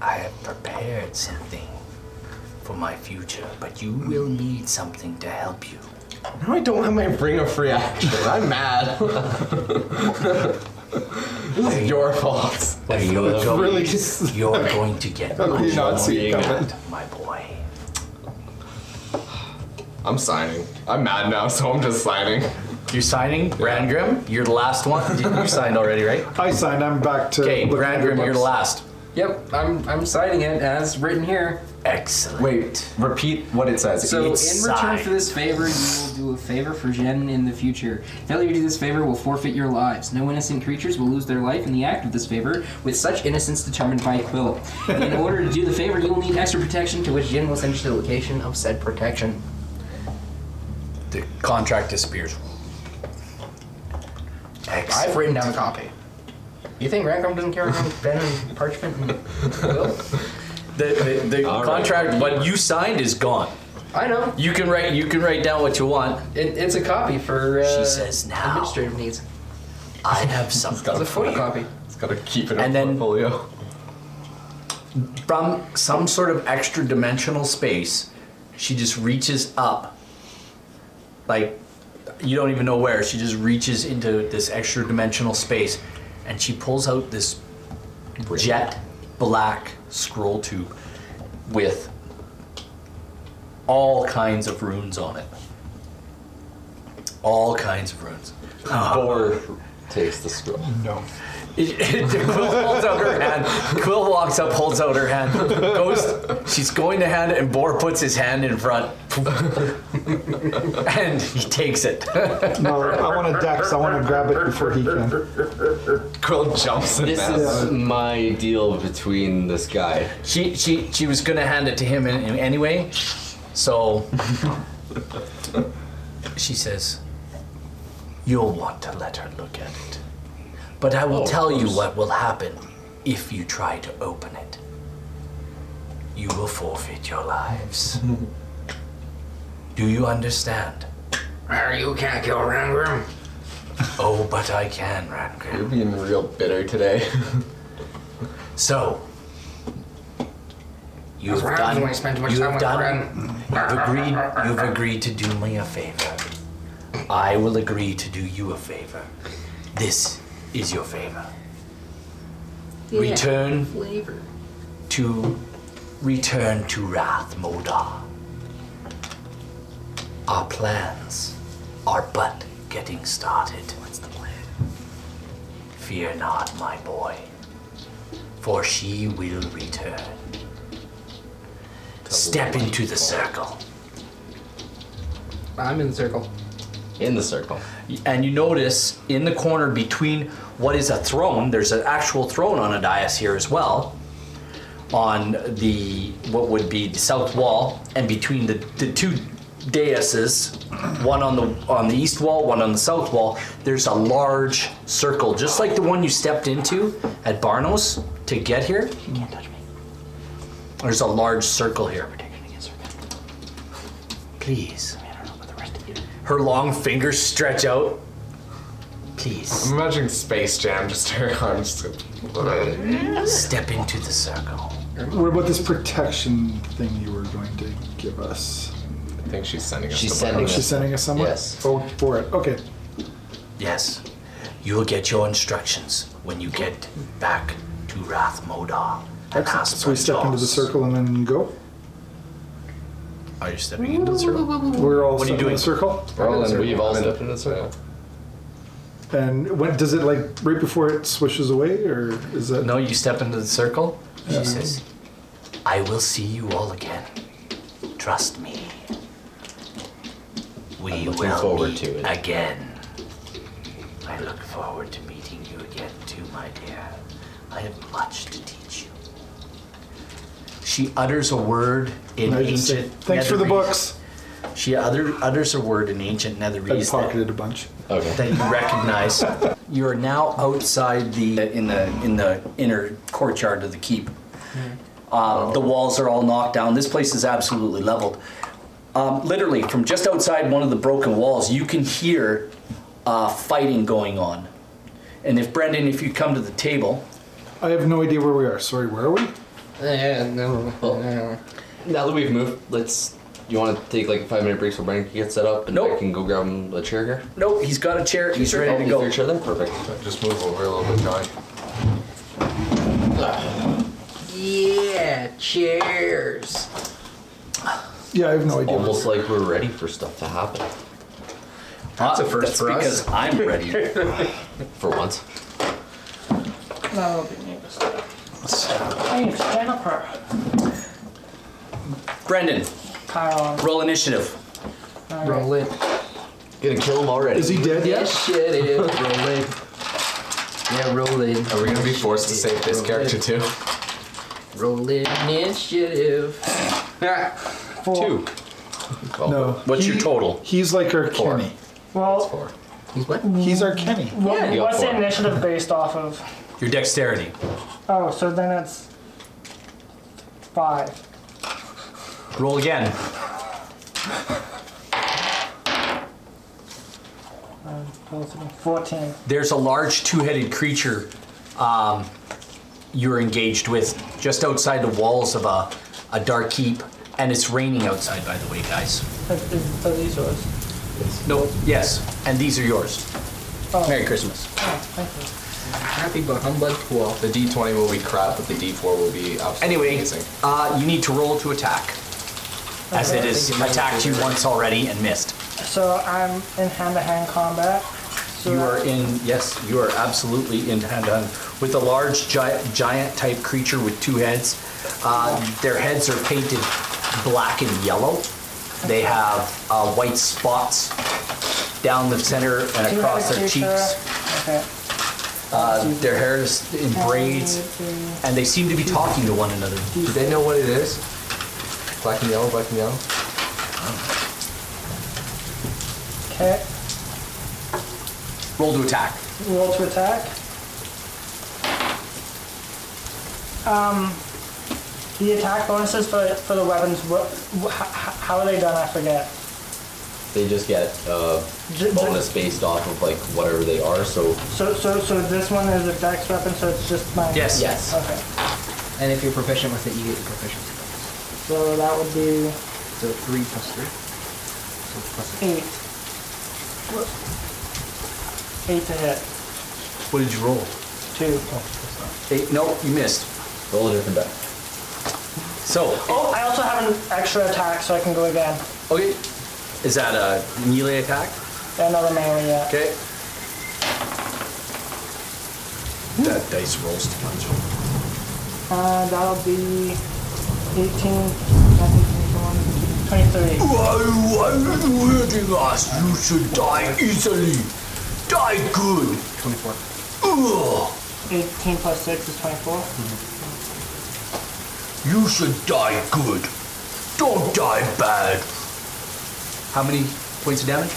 I have prepared something for my future, but you will need something to help you. No, I don't have my ring of free action. I'm mad. this is your fault. you're, going, Really? you're going to get How could much you not see it being coming? help, my boy. I'm signing. I'm mad now, so I'm just signing. You're signing, Brandgrim. You're the last one. you signed already, right? I signed. I'm back to. looking at the books. last. Yep, I'm I'm citing it as written here. Excellent. Wait, repeat what it says. So in Each- return side. for this favor, you will do a favor for Jen in the future. Failure to do this favor will forfeit your lives. No innocent creatures will lose their life in the act of this favor, with such innocence determined by Quill. In order to do the favor, you will need extra protection, to which Jen will send you to the location of said protection. The contract disappears. I've written down a copy. You think Rancom doesn't care about pen and parchment and quill? The, the, the All right. contract, what you signed is gone. I know. You can write. You can write down what you want. It, it's a copy for uh, She says now. administrative needs. I have something. It's a photocopy. It's gotta keep it in And our then- portfolio. from some sort of extra dimensional space, she just reaches up. Like, you don't even know where. She just reaches into this extra dimensional space and she pulls out this jet black scroll tube with all kinds of runes on it. All kinds of runes. Boar takes the scroll. No. Quill holds out her hand. Quill walks up, holds out her hand. Goes, she's going to hand it, and Boar puts his hand in front, and he takes it. No, I want to dex. I want to grab it before he can. Quill jumps in This that. is my deal between this guy. She she she was gonna hand it to him in, in anyway, so she says, "You'll want to let her look at it, but I will tell you what will happen if you try to open it. You will forfeit your lives. Do you understand? Well, Uh, you can't kill Rangrim. Oh, but I can, Rangrim. You're being real bitter today. So." That's You've what happens done. when I spend too much you time have with done. Ren. You've agreed. You've agreed to do me a favor. I will agree to do you a favor. This is your favor. Return Flavor. to return to Wrath Modar. Our plans are but getting started. What's the plan? Fear not, my boy, for she will return. Step into the circle. I'm in the circle. In the circle. and you notice in the corner between what is a throne there's an actual throne on a dais here as well on the what would be the south wall and between the, the two daises one on the on the east wall one on the south wall there's a large circle just like the one you stepped into at barnos to get here you can't touch me there's a large circle here please her long fingers stretch out please I'm imagining Space Jam, just her arms. Step into the circle. What about this protection thing you were going to give us? I think she's sending us She's the sending Oh, she's us. sending us somewhere? Yes. Oh, for it. Okay. Yes. You will get your instructions when you get back to Wrath Modar. and Excellent. Asper So we step into the Jaws. circle and then go. Are you stepping into the circle? We're all What are you stepping in doing? the circle. Roland, We've all I'm in- stepped in the circle. And when does it like right before it swishes away, or is that No, you step into the circle. She says, I will see you all again. Trust me. We looking will forward meet to it. again. I look forward to meeting you again too, my dear. I have much to teach you. She utters a word in I just say, ancient. Thanks for the Netherese." books. She utter, utters a word in ancient I Netherese that pocketed a bunch. Okay. that you recognize. you are now outside the in the in the inner courtyard of the keep. Hmm. Um, the walls are all knocked down. This place is absolutely leveled. Um, literally, from just outside one of the broken walls, you can hear uh, fighting going on. And if Brendan, if you come to the table, I have no idea where we are. Sorry, where are we? Yeah, no, no. Now that we've moved, let's. You want to take like a five minute break so Brian can get set up and I Nope. can go grab him a chair here? nope, he's got a chair. He's ready to Oh, go. is there a chair there? Perfect. Just move over a little bit, John. Yeah, cheers. Yeah, I have no idea. where Almost like we're ready for stuff to happen That's a first Uh, that's for us. because I'm ready. for once. I'm Jennifer. Brendan, Um, roll initiative. Roll it. Gonna kill him already. Is he dead yet? Yes, shit, it is. Roll it. Yeah, roll it. Are we gonna be forced to save this character too? Roll it. Initiative. Ah, Two. No. What's your total? He's like our Four. Kenny. well, he's what? He's our Kenny. what, Yeah. what's Yeah. the initiative based off of? Your dexterity. Oh, so then it's five. Roll again. Plus Fourteen. There's a large two-headed creature um, you're engaged with just outside the walls of a, a dark keep, and it's raining outside, by the way, guys. Is- is- Are these yours? No. Yes, and these are yours. Oh. Merry Christmas. Oh, thank Happy but humbug 12. The D20 will be crap, but the D4 will be absolutely Anyway, amazing. uh, you need to roll to attack, as it has attacked you once already and missed. you. So I'm in hand-to-hand combat. So You are in, yes, you are absolutely in hand on with a large giant, giant type creature with two heads. Uh, their heads are painted black and yellow. They have uh, white spots down the center and across their cheeks. Okay. Uh, their hair is in braids, and they seem to be talking to one another. Do they know what it is? Black and yellow, black and yellow. Okay. Roll to attack. Roll to attack. Um, the attack bonuses for for the weapons. What? wh- h- how are they done? I forget. They just get uh, J- bonus based off of like whatever they are. So So so so this one is a dex weapon, so it's just my. Yes. yes, Okay. And if you're proficient with it, you get your proficiency bonus. So that would be So 3 plus 3. So plus eight. Eight to hit. What did you roll? Two. Eight, no, you missed. roll a different die. So, Oh, I also have an extra attack, so I can go again. okay, is that a melee attack? Another melee. Yeah. Okay. That dice rolls to punch. Uh, that'll be 18, 19, 21, 23. Why are you hurting us? You should die easily. Die good. 24. 18 plus 6 is 24. You should die good. Don't die bad. How many points of damage?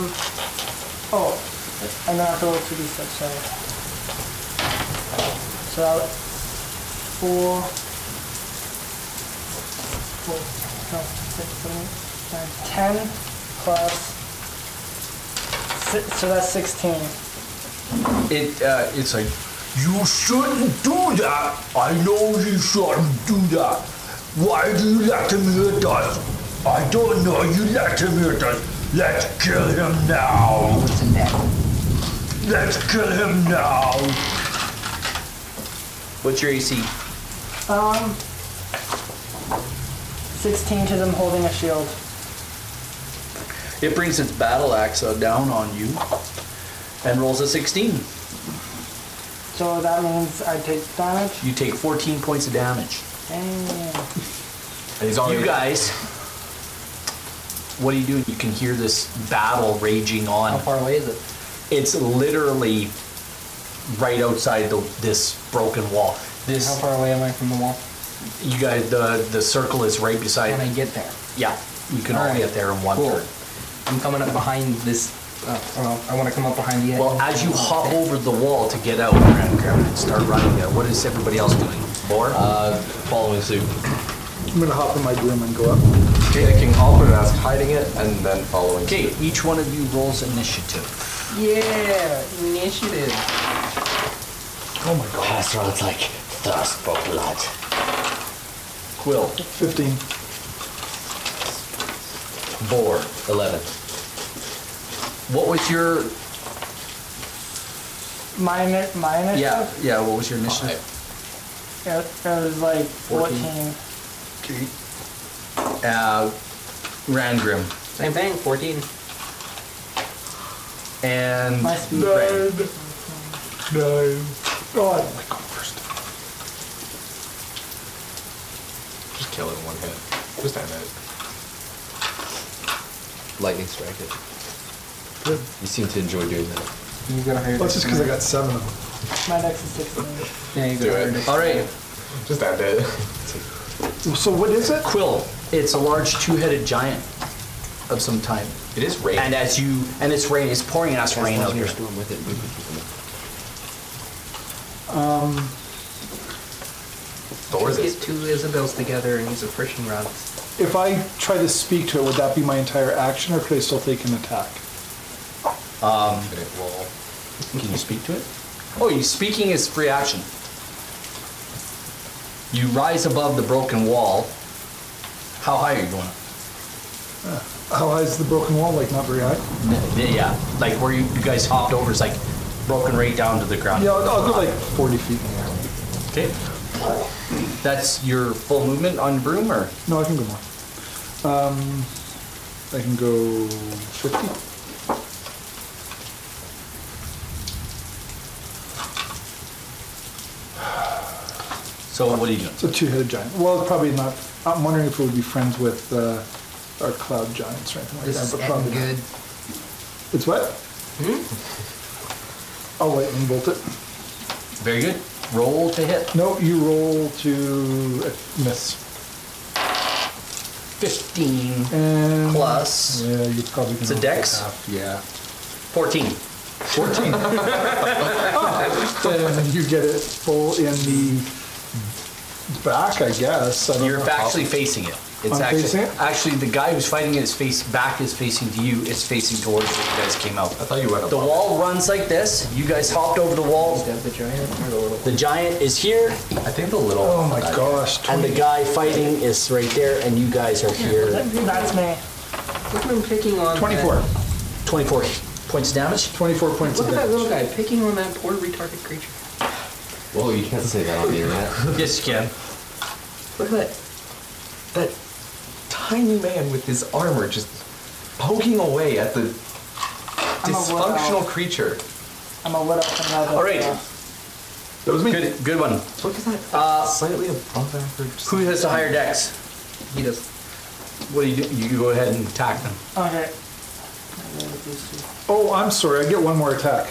Oh, and then I have to roll 2d6, sorry. So that was 4, 4, no, 6, 7, 8, 9, 10 plus, si- so that's 16. It uh, it's like you shouldn't do that. I know you shouldn't do that. Why do you let him hurt us? I don't know. You let him hurt us. Let's kill him now. What's in that? Let's kill him now. What's your AC? Um, 16 because I'm holding a shield. It brings its battle axe uh, down on you and rolls a 16. So that means I take damage. You take 14 points of damage. Damn. And he's on You guys, what are you doing? You can hear this battle raging How on. far away is it? It's literally right outside the, this broken wall. How This, far away am I from the wall? you guys, the the circle is right When I beside. get there. Yeah, you can All all right. get there in one Cool. turn. I'm coming up behind this. Uh, well, I want to come up behind the edge. Well, as you hop over the wall to get out and start running there, what is everybody else doing? More? Uh, following suit. I'm gonna hop in my broom and go up. Taking Alpha Mask, hiding it, and then following. Okay, each one of you rolls initiative. Yeah, initiative. Oh my god. Crossroads like thirst for blood. Quill, 15. Boar, Eleven. what was your My, ini- my initiative? Yeah, yeah. What was your initiative? It, it was like 14. Uh, Rangrim Same thing, 14. and My speed. Nine. Nine. Oh, I don't like going first. Just kill it in one hit. Just end it. Lightning strike it. Good. You seem to enjoy doing that. You've got a higher Well, that's just because I got seven of them. My dex is 16. Yeah, you've got a Do higher it. dex. All right, Just end it. So what is it? Quill. It's a large two-headed giant of some type. It is rain. And as you and it's rain, it's pouring us rain out here. storm with it. Thor is Get two Isabels together and use a friction rod. If I try to speak to it, would that be my entire action, or could I still take an attack? infinite wall. Can you speak to it? Oh, you speaking is free action. You rise above the broken wall. How high are you going? How high is the broken wall? Like not very high. N- Yeah, like where you, you guys hopped over is like broken right down to the ground. Yeah, I'll, I'll go like 40 feet in the air. Okay. That's your full movement on broom, or No, I can go more. Um, I can go 50. so what are you doing? It's a two-headed giant. Well, it's probably not. I'm wondering if it would be friends with uh, our cloud giants or anything like This that. is But getting probably not. good. It's what? Hmm? I'll lightning bolt it. Very good. Roll to hit. No, you roll to uh, miss. 15, And Plus- Yeah, you probably can. It's a roll dex? half, Yeah. 14. 14. and you get it full in the back, I guess. I don't You're know. actually facing it. It's I'm actually facing it? actually the guy who's fighting it is face back is facing to you. It's facing towards you guys came out. I thought you went The above. wall runs like this. You guys hopped over the wall. Stab the giant or the little. The giant is here, I think the little. Oh my gosh. and 20. the guy fighting is right there, and you guys are here. That's me. Look at him picking on. 24. That, 24 points of damage. 24 points look of at that little damage. guy picking on that poor retarded creature. Whoa, you can't say that on the internet. Yes, you can. Look at that. That tiny man with his armor just poking away at the I'm a wood dysfunctional creature. I'm a widow from another. All right. That was me. Good, good one. Look at that. slightly above average. Who has the higher dex? He does. What do you do? You can go ahead and attack them. Okay. Oh, I'm sorry. I get one more attack.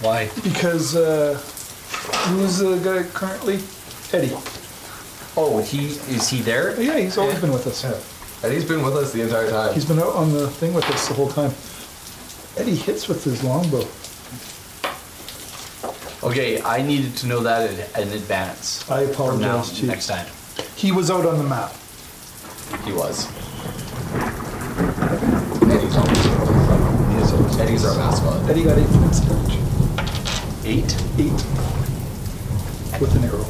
Why? Because uh, who's the guy currently? Eddie. Oh, Oh, he is he there? Yeah, he's always been with us. And he's been with us the entire time. He's been out on the thing with us the whole time. Eddie hits with his longbow. Okay, I needed to know that in, in advance. I From now apologize to you. next time. He was out on the map. He was. Eddie's always with us. Eddie's our mascot. Eddie got eight points of damage. Eight. Eight. With an arrow.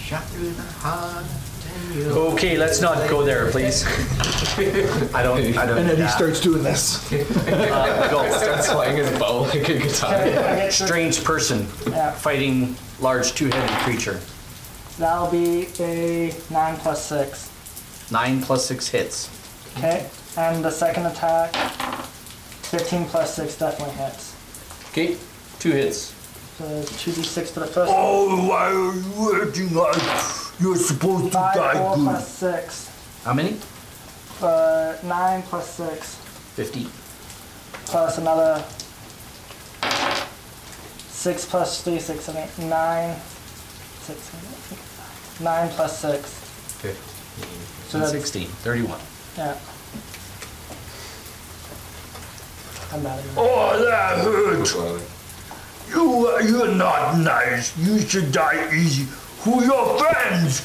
Shot through the heart. and you- Okay, let's not go there, please. I don't. I don't. And need Eddie that. starts doing this. Uh, go. Starts playing his bow like a Uh, guitar. I get to- Strange person Yeah. fighting large two-headed creature. That'll be a 9 plus 6. Nine plus six hits. Okay. And the second attack, 15 plus 6 definitely hits. Okay, two hits. So 2d6 for the first Oh, why are you hurting us? You're supposed to 5, 4 plus 6. How many? Uh, 9 plus 6. Fifty. Plus another 6 plus 3, 6 and 8. 9. 6 seven, eight, nine. 9 plus 6. So that's- 16, 31. Yeah. I'm out of here. Oh, that hurts. You, you're not nice. You should die easy. Who your friends?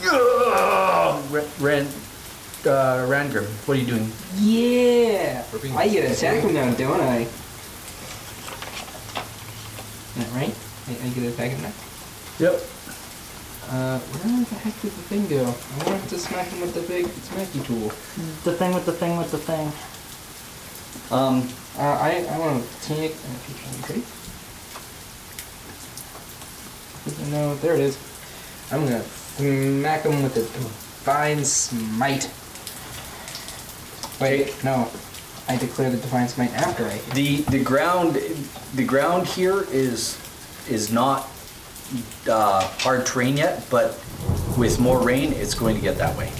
Yeah. Ran, Ran, uh, Rangrim, what are you doing? Yeah. We're being I get attack him now, don't I? Is that right? I, I get attack him now. Yep. Uh, where the heck did the thing go? I wanted to smack him with the big smacky tool. The thing with the thing with the thing. Um, Uh, I, I want to take. uh, Okay. No, there it is. I'm gonna smack him with a divine smite. Wait, no. I declare the Defiance Might after I. The the ground the ground here is is not uh, hard terrain yet, but with more rain, it's going to get that way.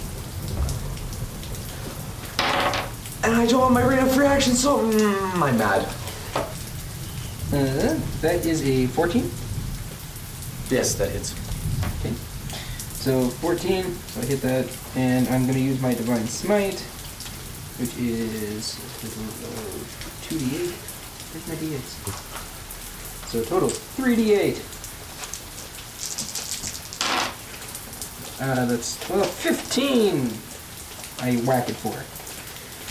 And I don't want my rate of reaction, so mm, I'm mad. Uh, that is a 14. Yes, that hits. So 14, so I hit that, and I'm going to use my Divine Smite, which is a total of 2d8. Where's my d8s? So a total of 3d8. Uh, that's 12, 15! I whack it for.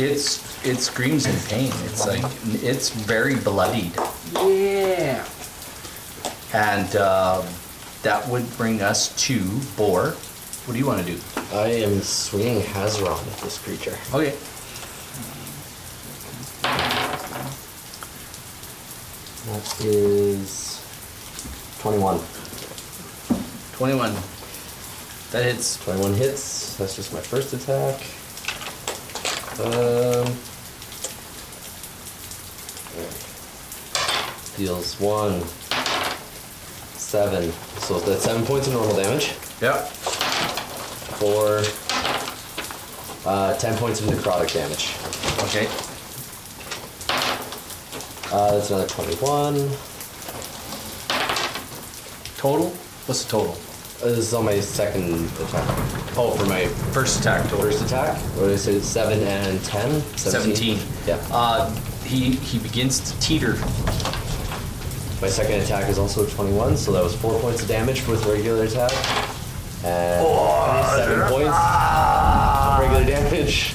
It's it screams in pain. It's like it's very bloodied, Yeah! and um that would bring us to Boar. What do you want to do? I am swinging Hazaron at this creature. Okay. That is 21. 21. That hits. 21 hits. That's just my first attack. Um, deals one, seven. So that's seven points of normal damage. Yep. Or uh, ten points of necrotic damage. Okay. Uh, that's another 21. Uh, Total? What's the total? Uh, this is on my second attack. Oh, for my First attack total. first attack? What is it? Seven and ten? 17. Yeah. Uh, he, he begins to teeter. My second attack is also a 21, so that was 4 points of damage with regular attack. And 7 points of regular damage.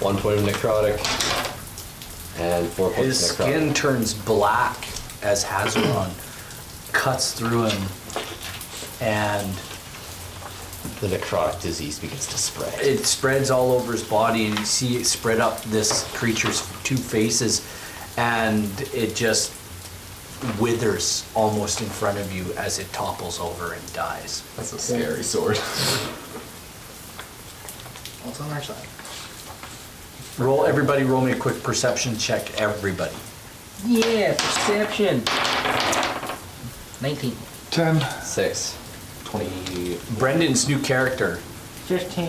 1 point of necrotic. And 4 points His of necrotic. skin turns black as Hazaron cuts through him, and The necrotic disease begins to spread. it spreads all over his body, and you see it spread up this creature's two faces, and it just withers almost in front of you as it topples over and dies. That's a scary sword. What's on our side? Roll, everybody, roll me a quick perception check, everybody. Yeah, perception! 19. Ten. 6. 20, Brendan's new character 15.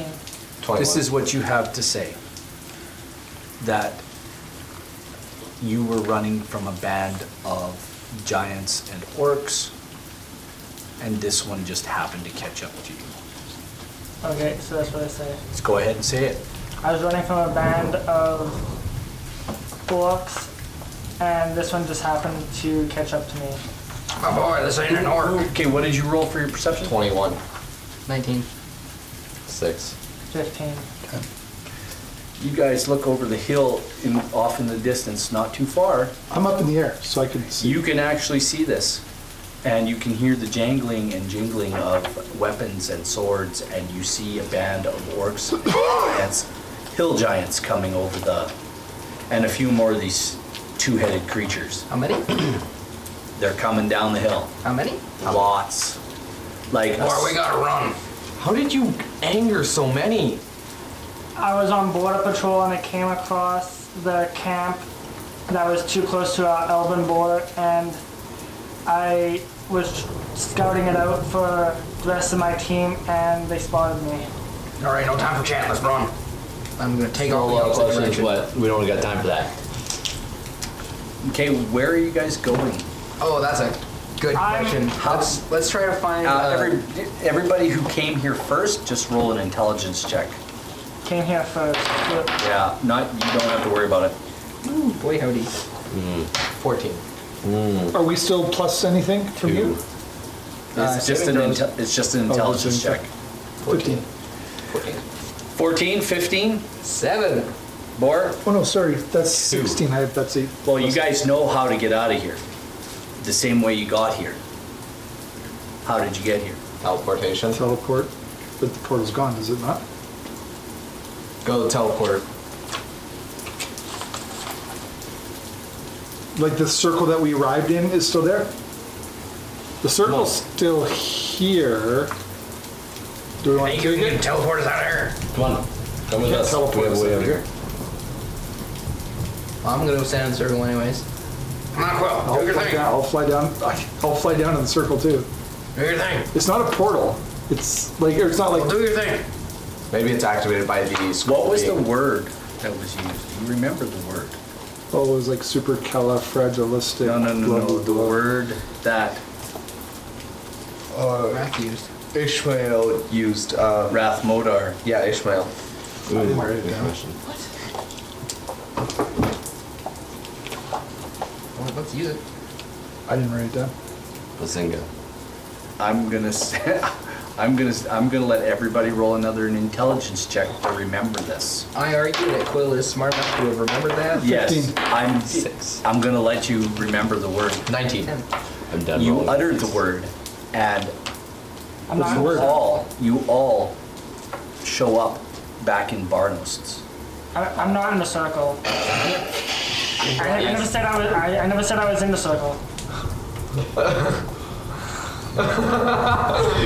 21. This is what you have to say. That you were running from a band of giants and orcs, and this one just happened to catch up to you. Okay, so that's what I say. Let's go ahead and say it. I was running from a band of orcs, and this one just happened to catch up to me. My boy, this ain't an orc. Okay, what did you roll for your perception? 21. 19. 6. 15. You guys look over the hill in, off in the distance, not too far. I'm up in the air, so I can see. You can actually see this, and you can hear the jangling and jingling of weapons and swords, and you see a band of orcs and s- hill giants coming over the, and a few more of these two-headed creatures. How many? They're coming down the hill, How many? lots. Like, a Boy, we s- gotta run. How did you anger so many? I was on border patrol and I came across the camp that was too close to our elven border, and I was scouting it out for the rest of my team, and they spotted me. There ain't no time for chat. Let's run. I'm gonna take all All the our opposite questions, direction. but we don't got time for that. okay, where are you guys going? Oh, that's a good I'm- question. Let's let's try to find. Uh, uh, every, everybody who came here first, just roll an intelligence check. Came here first. but Yeah, not you don't have to worry about it. Ooh, boy, howdy. Hmm. 14. Are we still plus anything from you? It's Uh, just an saving throws. inte- it's just an Oh, intelligence saving check. Fifteen. 14. 14, 15, Seven. more. Oh no, sorry, that's sixteen. I that's eight. Well, you guys know how to get out of here. The same way you got here. How did you get here? Teleportation. Teleport, but the portal's gone, is it not? Go teleport. Like the circle that we arrived in is still there. The circle's still here. Do we want Hey, to you take can it? teleport us out of here. Come on. Come with us. We have a way out of here. Well, I'm gonna go stand in the circle anyways. Come on, Quill. I'll Do your fly thing. down. I'll fly down. I'll fly down in the circle too. Do your thing. It's not a portal. It's like it's not Well, like do your thing. Maybe it's activated by these. What was the word that was used? Do you remember the word? oh, it was like super califragilistic. No, no, no, blah, no. blah, The blah. word that Uh, Rack used. Ishmael used. Uh, Rathmodar. yeah, Ishmael. Well, let's use it. I didn't write it down. Bazinga. I'm gonna say, I'm gonna, I'm gonna let everybody roll another intelligence check to remember this. I argue that Quill is smart enough to have remembered that. Yes, 15. I'm six. I'm gonna let you remember the word. 19. I'm done. You rolling. uttered the word, and I'm not. you all, you all, show up back in Barnos. I, I'm not in the circle. I, I never said I was. I, I never said I was in the circle.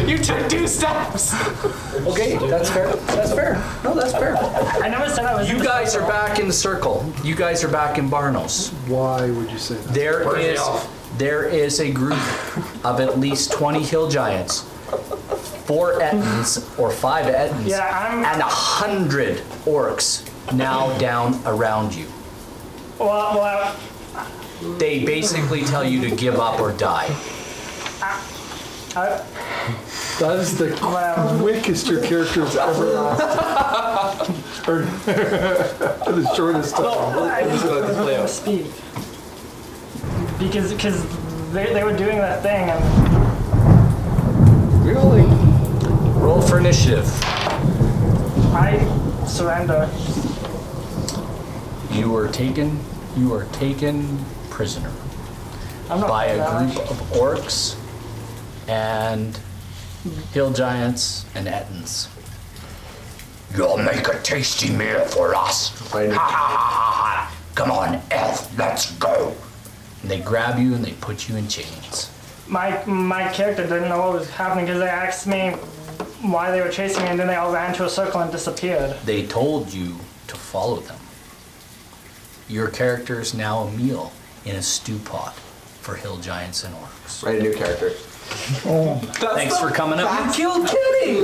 You took two steps. Okay, that's fair. That's fair. No, that's fair. I never said I was. in You the guys are circle. back in the circle. You guys are back in Barnos. Why would you say that? There Where's the is, elf? there is a group of at least 20 hill giants, four Ettins or five Ettins, Yeah, I'm- and a hundred orcs now down around you. Well, well, They basically tell you to give up or die. I, That is the Wow. quickest your character's ever lasted. or the shortest time. I speak because because they, they were doing that thing and Really? Roll for initiative. I surrender. You are taken. You are taken prisoner I'm not by a that. group of orcs and hill giants and Ettins. You'll make a tasty meal for us. Ha ha ha ha ha. Come on, elf, let's go. And they grab you and they put you in chains. My my character didn't know what was happening because they asked me why they were chasing me and then they all ran to a circle and disappeared. They told you to follow them. Your character is now a meal in a stew pot for hill giants and orcs. Write a new character. Thanks for coming up. Killed Kenny.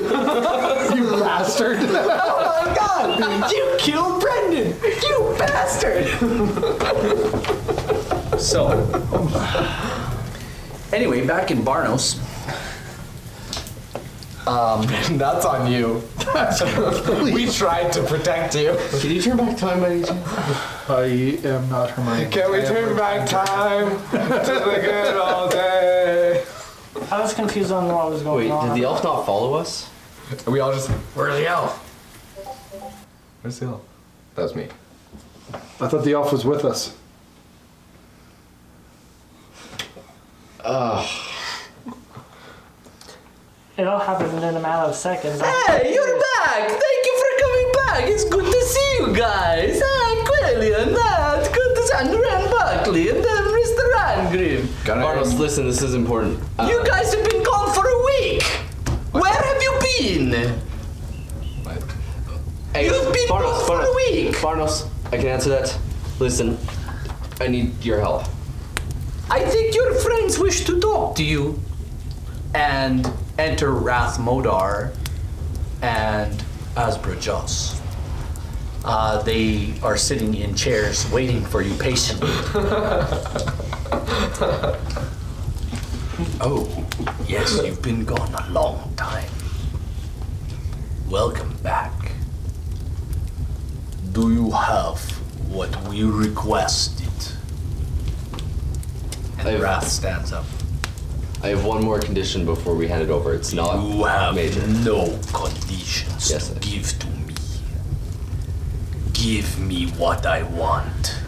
You bastard. Oh my God! You killed Brendan. You bastard. So, anyway, back in Barnos, um, That's on you. we tried to protect you. Can you turn back time by any chance? I am not Hermione. Can we turn back time to the good old day? I was confused on what was going Wait, on. did the elf not follow us? And we all just. Where's the elf? Where's the elf? That was me. I thought the elf was with us. It all happened in a matter of seconds. Hey, you're back! Thank you for coming back! It's good to see you guys! Ah, Quellian, ah, it's good to see and Rand Buckley, and then Mr. Rangrim. Barnos, listen, this is important. Uh, You guys have been gone for a week! Where have you been? Hey, You've been gone Barnos, for a Barnos, week. Barnos, I can answer that. Listen, I need your help. I think your friends wish to talk to you. And enter Rathmodar and Asbrajas. Uh, they are sitting in chairs waiting for you patiently. oh, yes, you've been gone a long time. Welcome back. Do you have what we requested? I've- And Wrath stands up. I have one more condition before we hand it over. It's not You have major. no conditions Yes, to I- give to me. Give me what I want.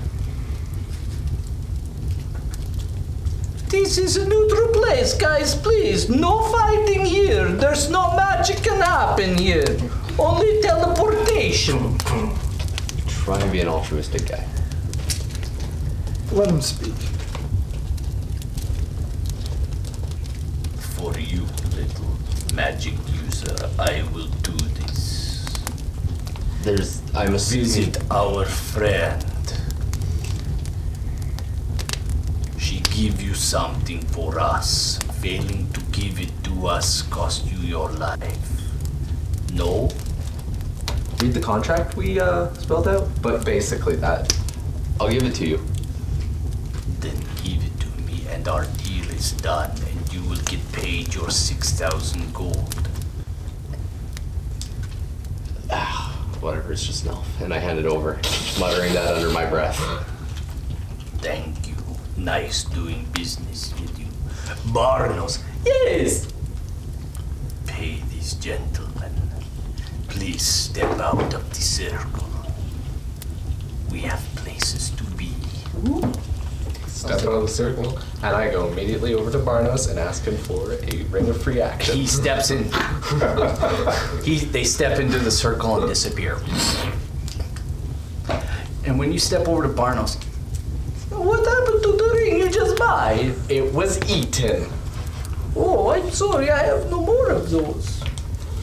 This is a neutral place, guys, please. No fighting here. There's no magic can happen here. Only teleportation. Try and be an altruistic guy. Let him speak. For you, little magic user, I will do this. There's, I'm assuming. Visit our friend. She give you something for us. Failing to give it to us cost you your life. No? Read the contract we uh, spelled out, but basically that. I'll give it to you. Then give it to me and our deal is done and you will get paid your 6,000 gold. Whatever, it's just an elf. And I hand it over, muttering that under my breath. Thank you. Nice doing business with you. Barnos. Yes! Pay these gentlemen. Please step out of the circle. We have places to be. Step out of the circle, and I go immediately over to Barnos and ask him for a ring of free action. He steps in. he, they step into the circle and disappear. And when you step over to Barnos, What happened to the ring you just buy? It was eaten. Oh, I'm sorry, I have no more of those.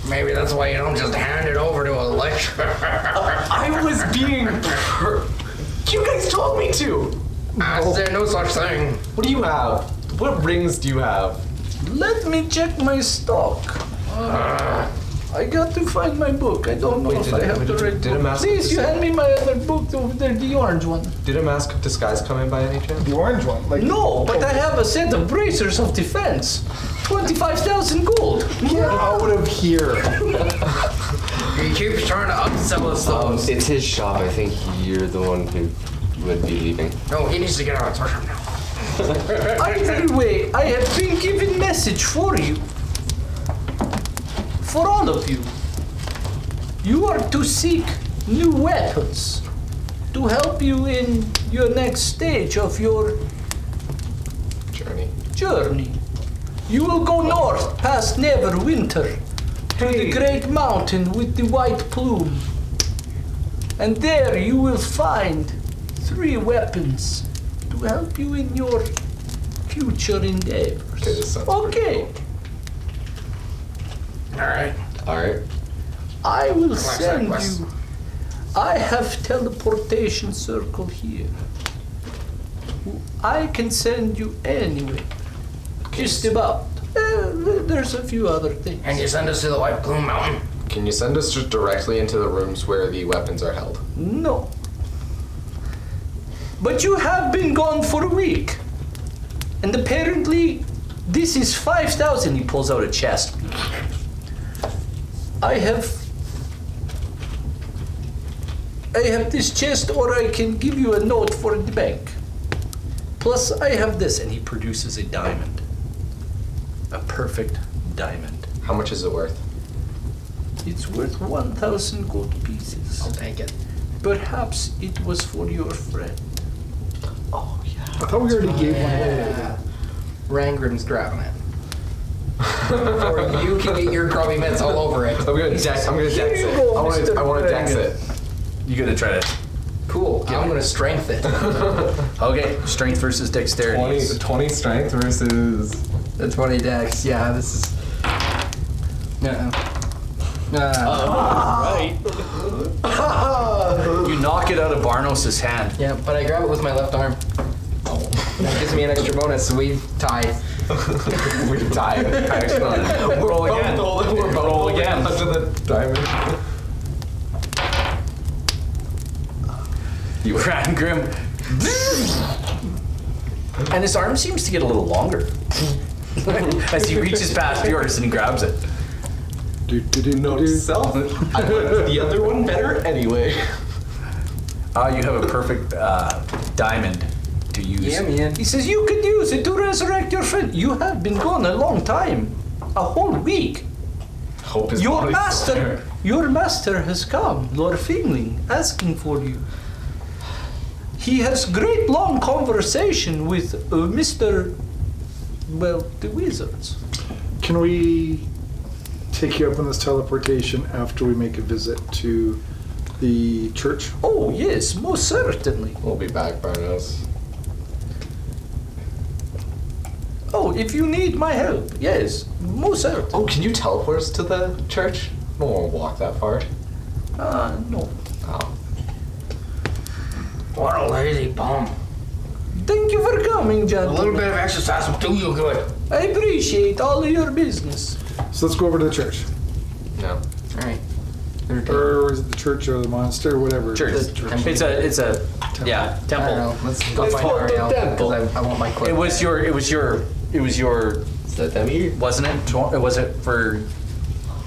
Maybe that's why you don't just hand it over to a lecturer. I was being. Per- you guys told me to. I said no such thing. What do you have? What rings do you have? Let me check my stock. I got to find my book. I don't know Wait, if did- I have wait, the did- right did a book. mouse- Please, you hand me my other book over there, the orange one. Did a mask of disguise come in by any chance? The orange one. Like, No, but I have a set of bracers of defense. 25,000 gold. Get out of here. He keeps trying to upsell us Um, those. it's his shop. I think you're the one who would be leaving. No, he needs to get out of touch now. Either way, I have been given message for you. For all of you. You are to seek new weapons to help you in your next stage of your Journey. journey. You will go north past Neverwinter to the great mountain with the white plume. And there you will find three weapons to help you in your future Okay, this endeavors. sounds pretty Okay, All right. All right. I will Relax, send relax. you. I have teleportation circle here. I can send you anywhere. Just about. Uh, there's a few other things. And you send us to the White Plume Mountain. Can you send us just directly into the rooms where the weapons are held? No. But you have been gone for a week. And apparently, this is 5,000. He pulls out a chest. I have. I have this chest, or I can give you a note for the bank. Plus, I have this. And he produces a diamond. A perfect diamond. How much is it worth? It's worth 1,000 gold pieces. I'll take it. Perhaps it was for your friend. I thought we already gave one away. Rangrim's grabbing it. or you can get your grubby mitts all over it. I'm gonna dex. I'm gonna dex it. I want to. I want to dex it. you gotta try to. Cool. I'm gonna strength it. Okay, strength versus dexterity. 20, 20 strength versus. The 20 decks. Yeah, this is. No. Uh, You knock it out of Barnos' hand. yeah, but I grab it with my left arm. Oh, That gives me an extra bonus, so we tied. we die. Excellent. Roll again. We're roll again. Under the diamond. You Grand Grim. And his arm seems to get a little longer as he reaches past yours and grabs it. Do, do, do, Note do. to self. I like the other one better anyway. Ah, you have a perfect uh, diamond to use. Yeah, man. He says you could use it to resurrect your friend. You have been gone a long time, a whole week. Hope is Your master, your master has come, Lord Fingling, asking for you. He has great long conversation with uh, Mister, well, the wizards. Can we take you up on this teleportation after we make a visit to the church? Oh yes, most certainly. We'll be back, Barnos. Oh, if you need my help, yes, most certainly. Oh, can you teleport us to the church? I don't want to walk that far. Uh, no. What a lazy bum. Thank you for coming, A gentlemen. little bit of exercise will do you good. I appreciate all of your business. So let's go over to the church. No. Alright. Or is it the church or the monastery or whatever? Church. It's a, it's a, yeah, I don't temple. know. Let's go It's find called the Ariel. 'cause temple. I, I want my clip. It was your, it was your, it was your, Is that Demi? wasn't it? Tw- Was it for?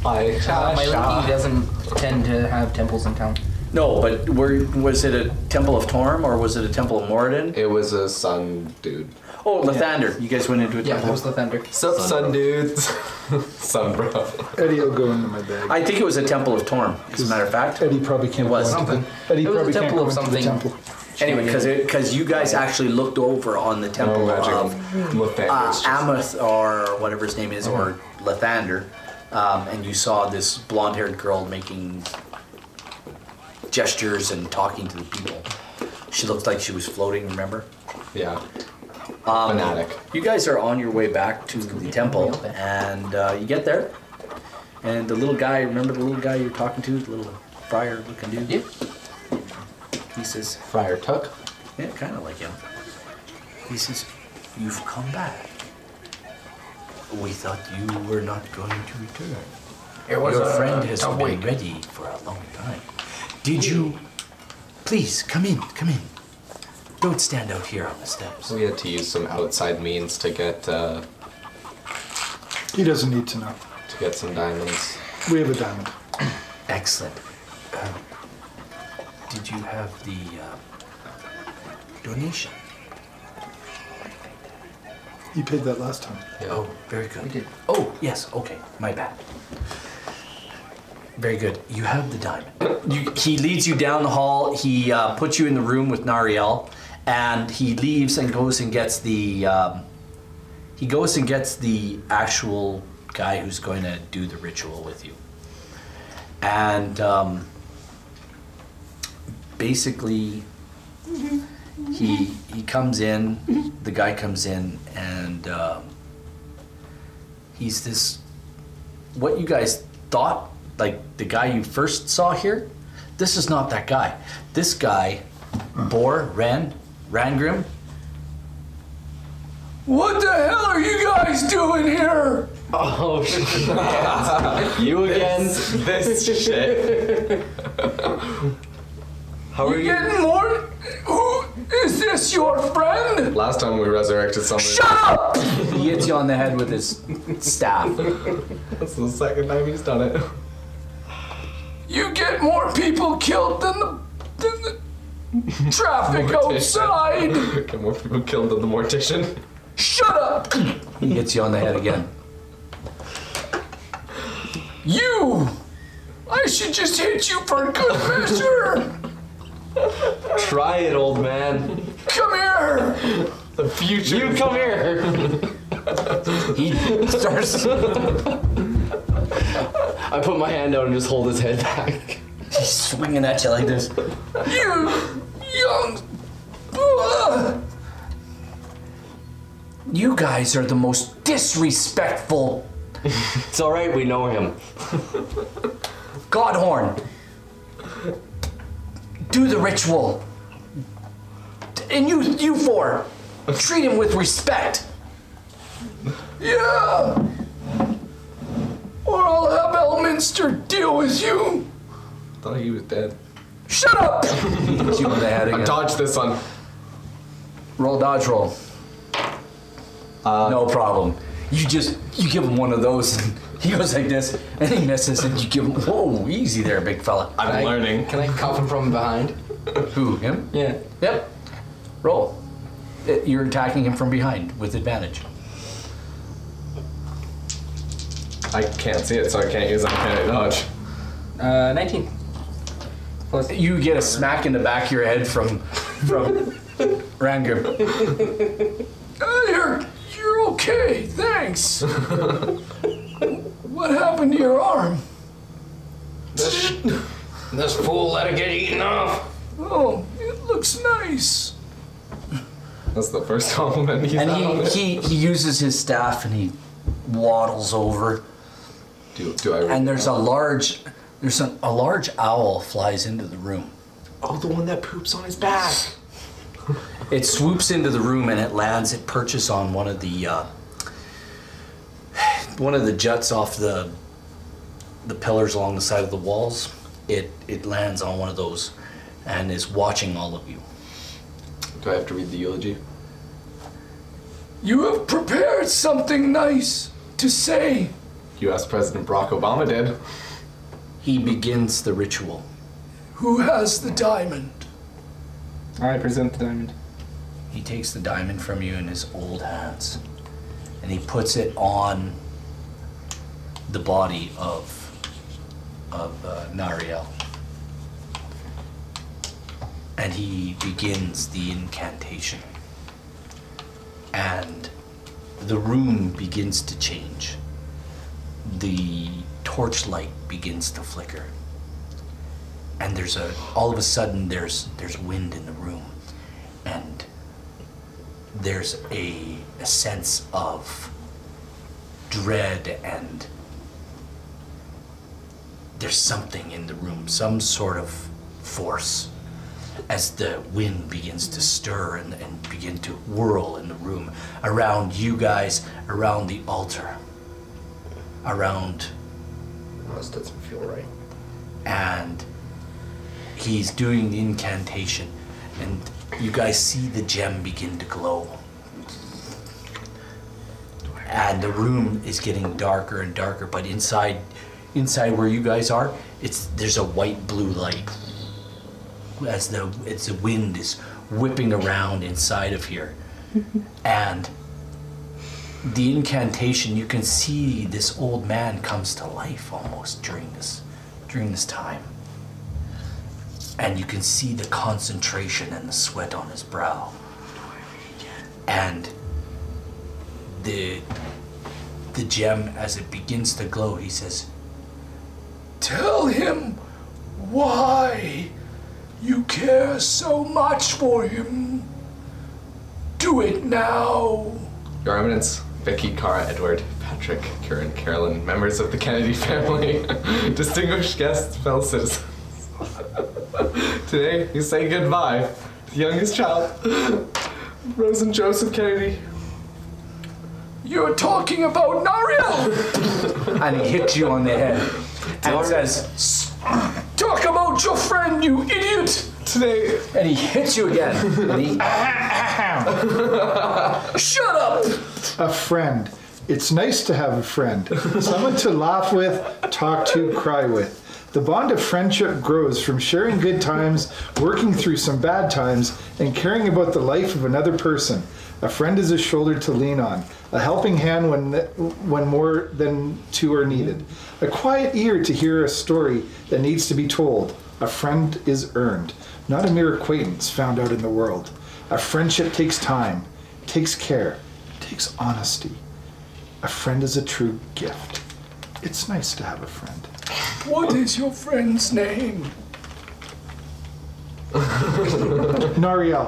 I. Uh, my lady doesn't tend to have temples in town. No, but were, was it a temple of Torm or was it a temple of Moradin? It was a sun dude. Oh, Lathander. You guys went into a Yeah, temple. that was the thunder. Sup, sun, dudes? sun bro. Eddie will go into my bag. I think it was a temple of Torm. As a matter of fact. Eddie probably can't. It was. go into the- Eddie It was a probably can't temple go of into the something. temple. Anyway, because because you guys actually looked over on the No temple magical. of uh, Lefanders. Ameth or whatever his name is, or Lathander, um, and you saw this blonde-haired girl making gestures and talking to the people. She looked like she was floating. Remember? Yeah. um, Fanatic. You guys are on your way back to the temple, and uh, you get there, and the little guy. Remember the little guy you're talking to, the little friar-looking dude. Yep. He says, Friar Tuck. Yeah, kind of like him. He says, You've come back. We thought you were not going to return. It was Your a friend has tough been week. ready for a long time. Did you? Please, come in, come in. Don't stand out here on the steps. We had to use some outside means to get uh, He doesn't need to know. to get some diamonds. We have a diamond. Excellent. Um, did you have the uh, donation? He paid that last time. Oh, very good. We did. Oh, yes, okay, my bad. Very good. You have the diamond. You, he leads you down the hall. He uh, puts you in the room with Nariel, and he leaves and goes and gets the. Um, he goes and gets the actual guy who's going to do the ritual with you, and um, basically, he he comes in. The guy comes in and. Um, he's this what you guys thought like the guy you first saw here this is not that guy this guy bor ren rangrim What the hell are you guys doing here? You again? This, this shit. How are you? Getting more? Who is this? Your friend? Last time we resurrected someone. Shut up! he hits you on the head with his staff That's the second time he's done it. You get more people killed than the than the traffic outside. Okay, more people killed than the mortician. Shut up! he hits you on the head again You! I should just hit you for good measure! Try it, old man. Come here! The future. You come here. he starts I put my hand out and just hold his head back. he's swinging at you like this You young. Ugh. you guys are the most disrespectful It's all right. We know him. Godhorn, do the ritual. And you, you four, treat him with respect. Yeah! Or I'll have Elminster deal with you! thought he was dead. Shut up! Hits you in the head again. Dodge this one. roll dodge roll. no problem. You just you give him one of those, and he goes like this, and he misses, and you give him. Whoa, easy there, big fella. I'm learning. Can I cuff him from behind? Who him? Yeah. Yep. Roll. Uh, You're attacking him from behind with advantage. I can't see it, so I can't use uncanny dodge. Uh, 19. Plus. You get a smack in the back of your head from from Rangrim. Uh, you're, you're okay, thanks! what happened to your arm? This, this fool let it get eaten off. Oh, it looks nice. That's the first compliment he's And had on he, it. he he uses his staff and he waddles over Do, do I? and there's a large There's an, a large owl flies into the room. Oh, the one that poops on his back. It swoops into the room and it lands. It perches on one of the uh, one of the juts off the the pillars along the side of the walls. It it lands on one of those and is watching all of you. Do I have to read the eulogy? You have prepared something nice to say. U.S. President Barack Obama did. He begins the ritual. Who has the diamond? I present the diamond. He takes the diamond from you in his old hands and he puts it on the body of of uh, Nariel. And he begins the incantation. And the room begins to change. The torchlight begins to flicker. And there's a all of a sudden there's there's wind in the room and there's a, a sense of dread and there's something in the room, some sort of force, as the wind begins to stir and, and begin to whirl in the room around you guys, around the altar, around Oh, this doesn't feel right. and he's doing the incantation and you guys see the gem begin to glow and the room is getting darker and darker but inside inside where you guys are it's there's a white blue light as the it's the wind is whipping around inside of here and the incantation you can see this old man comes to life almost during this during this time and you can see the concentration and the sweat on his brow and the the gem as it begins to glow he says Tell him why you care so much for him. Do it now. Your Eminence, Vicky, Cara, Edward, Patrick, Karen, Carolyn, members of the Kennedy family, distinguished guests, fellow citizens. Today, we say goodbye to the youngest child, Rose and Joseph Kennedy. You're talking about Nariel. and he hits you on the head and says Talk about your friend, you idiot. Today, and he hits you again and he Shut up. A friend. It's nice to have a friend, someone to laugh with, talk to, cry with. The bond of friendship grows from sharing good times, working through some bad times, and caring about the life of another person. A friend is a shoulder to lean on, a helping hand when when more than two are needed, a quiet ear to hear a story that needs to be told. A friend is earned, not a mere acquaintance found out in the world. A friendship takes time, takes care, takes honesty. A friend is a true gift. It's nice to have a friend. What is your friend's name? Nariel.